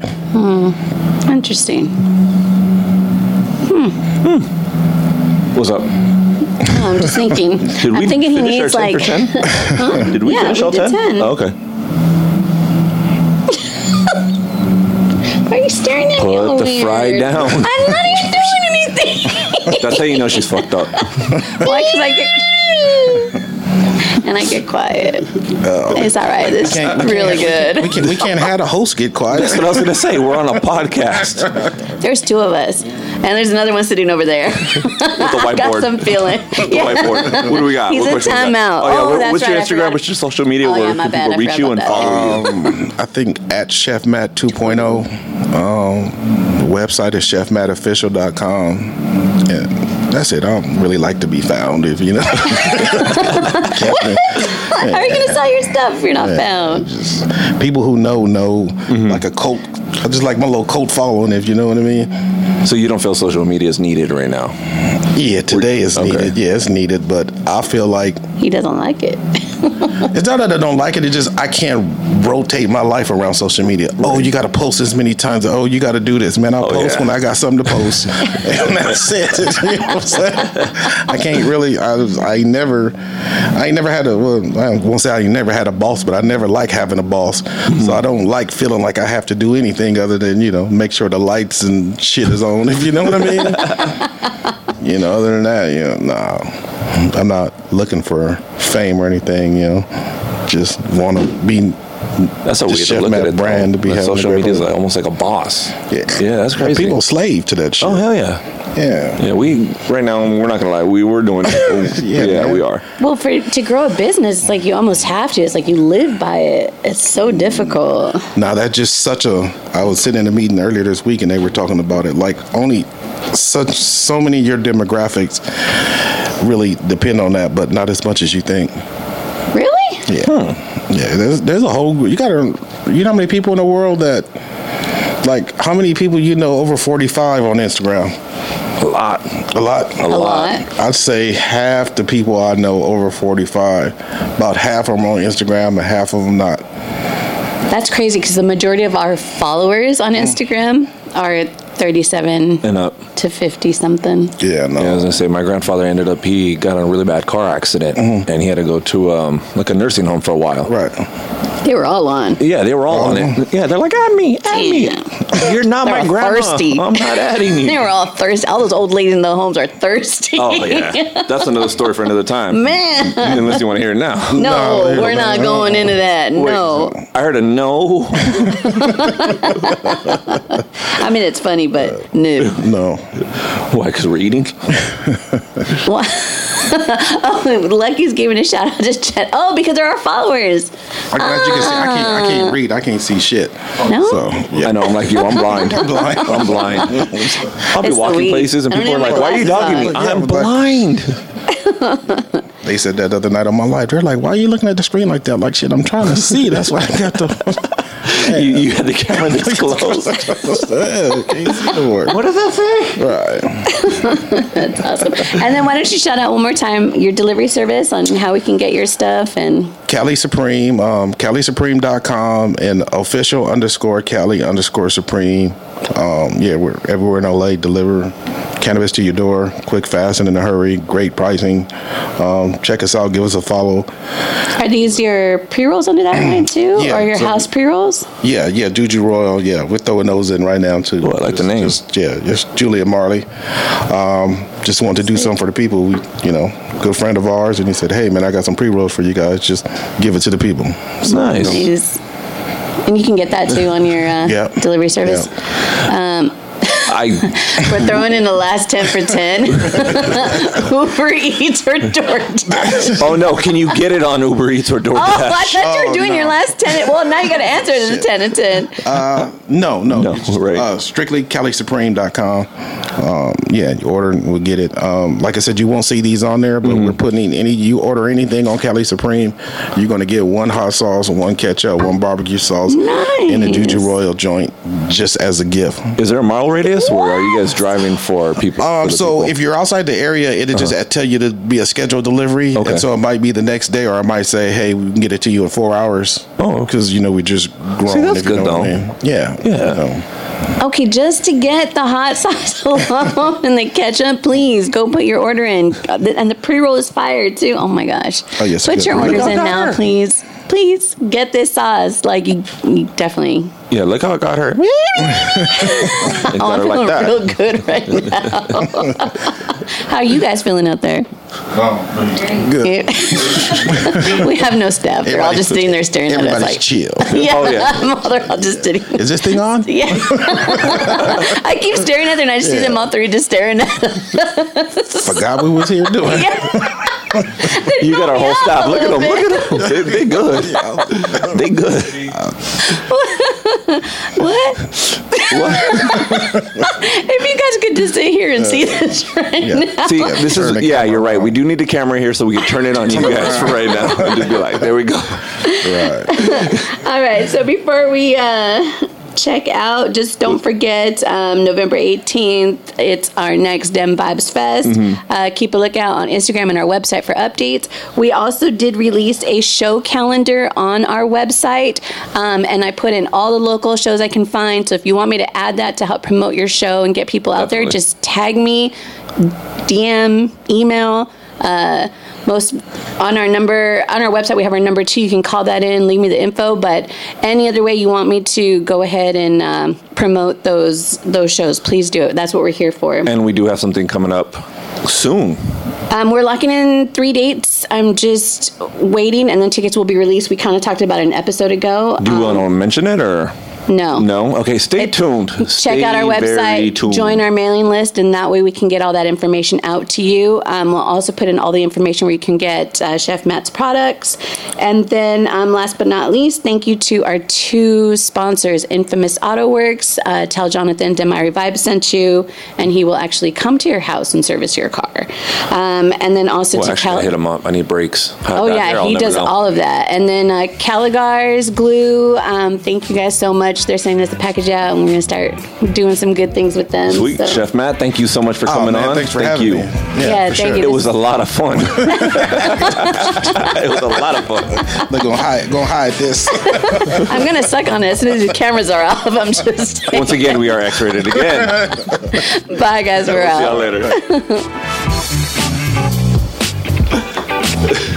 S2: Interesting.
S1: what's up.
S2: No, Oh, I'm just thinking.
S1: <laughs> Did we
S2: I'm thinking he
S1: finish
S2: needs
S1: our
S2: like.
S1: 10
S2: <laughs>
S1: for 10? Did we
S2: Yeah,
S1: finish
S2: we
S1: all
S2: did
S1: 10?
S2: 10.
S1: Oh, okay.
S2: Why are you staring at me?
S1: Put
S2: all
S1: the
S2: weird?
S1: fry down.
S2: I'm not
S1: <laughs>
S2: even doing anything.
S1: That's how you know she's fucked up.
S2: Why? Because I get and I get quiet. it's all right. It's
S3: can't- we
S2: really
S3: We
S2: good.
S3: can't, we can't have the host get
S1: <laughs>
S3: quiet.
S1: That's what I was gonna say. We're on a podcast with
S2: There's two of us, and there's another one sitting over there. <laughs>
S1: the
S2: I got
S1: whiteboard.
S2: some feeling.
S1: The whiteboard. What do we got?
S2: <laughs> He's
S1: What
S2: in
S1: question we got?
S2: timeout.
S1: Oh, yeah.
S2: Oh,
S1: what-
S2: that's
S1: what's your
S2: right, I
S1: Instagram?
S2: forgot.
S1: What's your social media
S2: Oh,
S1: where
S2: yeah, my
S1: people
S2: bad. I
S1: reach
S2: forgot
S1: you and
S2: about
S1: follow you?
S3: Um, I think at Chef Matt 2.0. Um, website is chefmattofficial.com. And that's it. I don't really like to be found, if you know.
S2: How are you gonna sell your stuff if you're not found?
S3: Just people who know know like a cult. I just like my little cult following, if you know what I mean.
S2: Oh.
S1: So you don't feel social media is needed right now?
S3: Yeah, today is
S1: Okay.
S3: needed. Yeah, it's needed, but I feel like
S2: He doesn't like it. <laughs>
S3: It's not that I don't like it. It's just I can't rotate my life around social media. Oh, you got to post this many times. Oh, you got to do this, man. I'll
S1: Oh,
S3: post
S1: yeah.
S3: when I got something to
S1: <laughs>
S3: post, and that's it. <laughs> You know what I'm saying? I can't really. I, was- I ain't never, I ain't never had a. Well, I won't say I ain't never had a boss, but I never like having a boss.
S1: Hmm.
S3: So I don't like feeling like I have to do anything other than you know make sure the lights and shit is on. If you know what
S1: <laughs>
S3: I mean. you know, other than that, you know, nah, I'm not looking for fame or anything. You know, just want to be.
S1: That's a
S3: Just
S1: weird
S3: Chef
S1: look
S3: Matt
S1: at it. though.
S3: brand to be
S1: That
S3: having a
S1: social
S3: great
S1: media is
S3: look.
S1: like, almost like a boss.
S3: Yeah,
S1: Yeah, that's crazy.
S3: People slave to that shit.
S1: oh hell yeah.
S3: yeah.
S1: Yeah, we right now we're not gonna lie. We were doing. it.
S3: <laughs> Yeah,
S1: yeah,
S3: man.
S1: we are.
S2: Well, for to grow a business, it's like you almost have to. It's like you live by it. It's so difficult.
S3: Now that's just such a. I was sitting in a meeting earlier this week, and they were talking about it. Like only such so many of your demographics really depend on that, but not as much as you think.
S2: Really?
S3: Yeah, yeah. There's there's a whole. You gotta. You know how many people in the world that, like, how many people you know over 45 on Instagram? A lot. A lot.
S2: A lot.
S3: I'd say half the people I know over 45, about half of them on Instagram and half of them not.
S2: That's crazy because the majority of our followers on Instagram are 37
S1: And uh, up.
S2: to 50 something.
S3: Yeah, no.
S1: Yeah, I was gonna say my grandfather ended up he got in a really bad car accident and he had to go to um, like a nursing home for a while.
S3: Mm-hmm. Right. Mm-hmm.
S2: They were all on.
S1: Yeah, they were all on it. Yeah, they're like at me, at me. You're not
S2: They're
S1: my grandma.
S2: thirsty.
S1: I'm not
S2: <laughs>
S1: adding
S2: They
S1: you.
S2: were all thirsty. All those old ladies in the homes are thirsty.
S1: Oh
S2: <laughs>
S1: yeah, that's another story for another time.
S2: Man.
S1: Unless you want to hear it now.
S2: <laughs> No,
S3: No,
S2: we're
S3: no,
S2: not
S3: no.
S2: going into that. No.
S1: I heard a no. <laughs>
S2: I mean, it's funny, but no.
S3: <laughs>
S2: <laughs>
S3: No.
S1: Why? Because we're eating.
S2: Why- oh, Lucky's giving a shout out to Chet. Oh, because they're our followers.
S3: I'm glad you can see. I can't, I can't read. I can't see shit.
S2: No?
S3: So, yeah.
S1: I know. I'm like you. I'm
S2: <laughs>
S1: blind. I'm
S3: blind.
S1: I'm blind. I'll be
S2: It's the
S1: walking
S2: weed.
S1: places and
S2: I don't
S1: people are
S2: have
S1: like,
S2: my
S1: "Why are you
S2: glasses
S1: dogging me?
S3: on. Yeah,
S1: I'm
S3: but-
S1: blind."
S3: <laughs> They said that the other night on my live. They're like, why are you looking at the screen like that? Like, shit, I'm trying to see. That's why I got the. <laughs>
S1: <laughs> You, you had the camera this close.
S3: Hey, <laughs> can't see the word.
S1: What does that say?
S3: Right.
S2: That's awesome. And then why don't you shout out one more time your delivery service on how we can get your stuff and
S3: Cali Supreme, um, CaliSupreme.com, and official underscore Cali underscore Supreme. Um, yeah, we're everywhere in LA. Deliver cannabis to your door, quick, fast, and in a hurry. Great pricing. Um, check us out. Give us a follow.
S2: are these your pre rolls under that line too,
S3: Yeah,
S2: or your
S3: so-
S2: house pre rolls?
S3: Yeah, yeah, Juju Royal. Yeah, we're throwing those in right now too.
S1: Well, I like the
S3: Just-
S1: name.
S3: Just, yeah, just Julia Marley. Um, just wanted to do something for the people. We, you know, good friend of ours, and he said, "Hey, man, I got some pre rolls for you guys. Just give it to the people."
S1: Nice.
S2: These, and you can get that too on your uh,
S3: Yeah.
S2: delivery service.
S1: I
S2: We're throwing in the last ten for
S3: <laughs>
S2: ten. Uber Eats or
S3: <laughs>
S1: <laughs>
S2: DoorDash.
S1: Oh no! Can you get it on Uber Eats or
S2: Oh, I
S1: DoorDash?
S2: thought you
S3: Oh,
S2: were doing your
S3: no.
S2: last ten. Well, now you got to answer it as a ten and ten.
S3: Uh, no, no,
S1: No,
S3: It's just,
S1: right.
S3: Uh, strictly CaliSupreme.com. Um, yeah, you order and we'll get it. Um, like I said, you won't see these on there,
S1: Mm-hmm.
S3: but we're putting any. You order anything on Cali Supreme, you're going to get one hot sauce, one ketchup, one barbecue sauce, and a Juju
S2: Nice.
S3: Royal joint, just as a gift.
S1: Is there a mile radius, or are you guys driving for people?
S3: Um, so if you're outside the area, it'll just tell you to be a scheduled delivery,
S1: Uh-huh. Okay.
S3: and so it might be the next day, or I might say, "Hey, we can get it to you in four hours."
S1: Oh, okay.
S3: because you know we just grown.
S1: that's
S3: if you
S1: good,
S3: know what I
S1: though.
S3: mean. Yeah, Um,
S1: Yeah.
S3: know.
S2: Okay, just to get the hot sauce <laughs> alone and the ketchup, please go put your order in. Uh, th- And the pre roll is fire too. Oh my gosh.
S3: Oh, yes,
S2: Put
S3: good.
S2: your
S3: Look
S2: orders
S1: out
S2: in now,
S1: there.
S2: please. Please get this sauce. Like, you, you definitely.
S1: yeah, look how it got
S2: <laughs>
S1: her. It
S2: Oh,
S1: got
S2: I'm
S1: her like
S2: feeling
S1: that.
S2: real good right now. <laughs>
S3: <laughs>
S2: How are you guys feeling out there?
S3: good. <laughs>
S2: we have no staff. They're all
S3: Everybody's-
S2: just sitting there staring at us
S3: Everybody's
S2: like,
S3: chill.
S2: <laughs>
S3: <laughs>
S2: yeah,
S1: Oh, yeah.
S2: they're all just sitting.
S3: Is this thing
S2: <laughs>
S3: on?
S2: Yeah. I keep staring at them and I just see
S3: Yeah.
S2: them all three just staring at <laughs> us.
S3: Forgot we was here doing.
S1: You got our whole
S2: Yeah,
S1: staff.
S2: a
S1: Look at
S2: little
S1: them. Look at them. They, they good. They good.
S2: <laughs> What?
S1: What?
S2: If you guys could just sit here and see this right now.
S1: See, this
S3: Turn
S1: is
S3: the
S1: yeah.
S3: camera
S1: You're right.
S3: around.
S1: We do need the camera here so we can turn it on you guys for right now. And just be like, there we go.
S3: Right.
S2: All right. So before we uh, check out, just don't forget um, November 18th, it's our next Dem Vibes Fest. Uh, keep a lookout on Instagram and our website for updates. We also did release a show calendar on our website, um, and I put in all the local shows I can find. So if you want me to add that to help promote your show and get people out there,
S1: Definitely.
S2: just tag me, DM, email. Uh, most on our number on our website, we have our number too. You can call that in, leave me the info. But any other way you want me to go ahead and um, promote those those shows, please do it. That's what we're here for.
S1: And we do have something coming up soon.
S2: Um, we're locking in three dates. I'm just waiting, and then tickets will be released. We kind of talked about it an episode ago.
S1: Do you
S2: Um,
S1: want to mention it or
S2: no,
S1: no? Okay, stay tuned.
S2: check
S1: Stay
S2: out our
S1: very
S2: website,
S1: tuned.
S2: join our mailing list, and that way we can get all that information out to you. Um, we'll also put in all the information where you can get uh, Chef Matt's products. And then, um, last but not least, thank you to our two sponsors, Infamous Auto Works. Uh, tell Jonathan Demary Vibe sent you, and he will actually come to your house and service your car. Um, and then also
S1: Well,
S2: to
S1: actually,
S2: Cal-
S1: I hit him up. I need breaks. How
S2: Oh
S1: I got here,
S2: yeah,
S1: I'll
S2: he
S1: never
S2: does
S1: know.
S2: all of that. And then uh, Caligars glue. Um, thank you guys so much merch. They're sending us the package out, and we're going to start doing some good things with them.
S1: Sweet,
S2: So-
S1: Chef Matt. Thank you so much for
S3: Oh,
S1: coming
S3: man,
S1: on.
S3: Thanks for
S1: thank
S3: having
S1: you.
S3: me.
S2: Yeah, thank
S3: for sure.
S2: you.
S1: It was a lot of
S2: <laughs>
S1: fun. <laughs> it was a lot of fun.
S3: They're gonna hide, gonna hide
S2: <laughs>
S3: this.
S2: I'm going to suck on it as soon as the cameras are <laughs> off. I'm just.
S1: Once again, we are X-rated again.
S2: Bye, guys. We're
S1: See
S2: out.
S1: y'all later.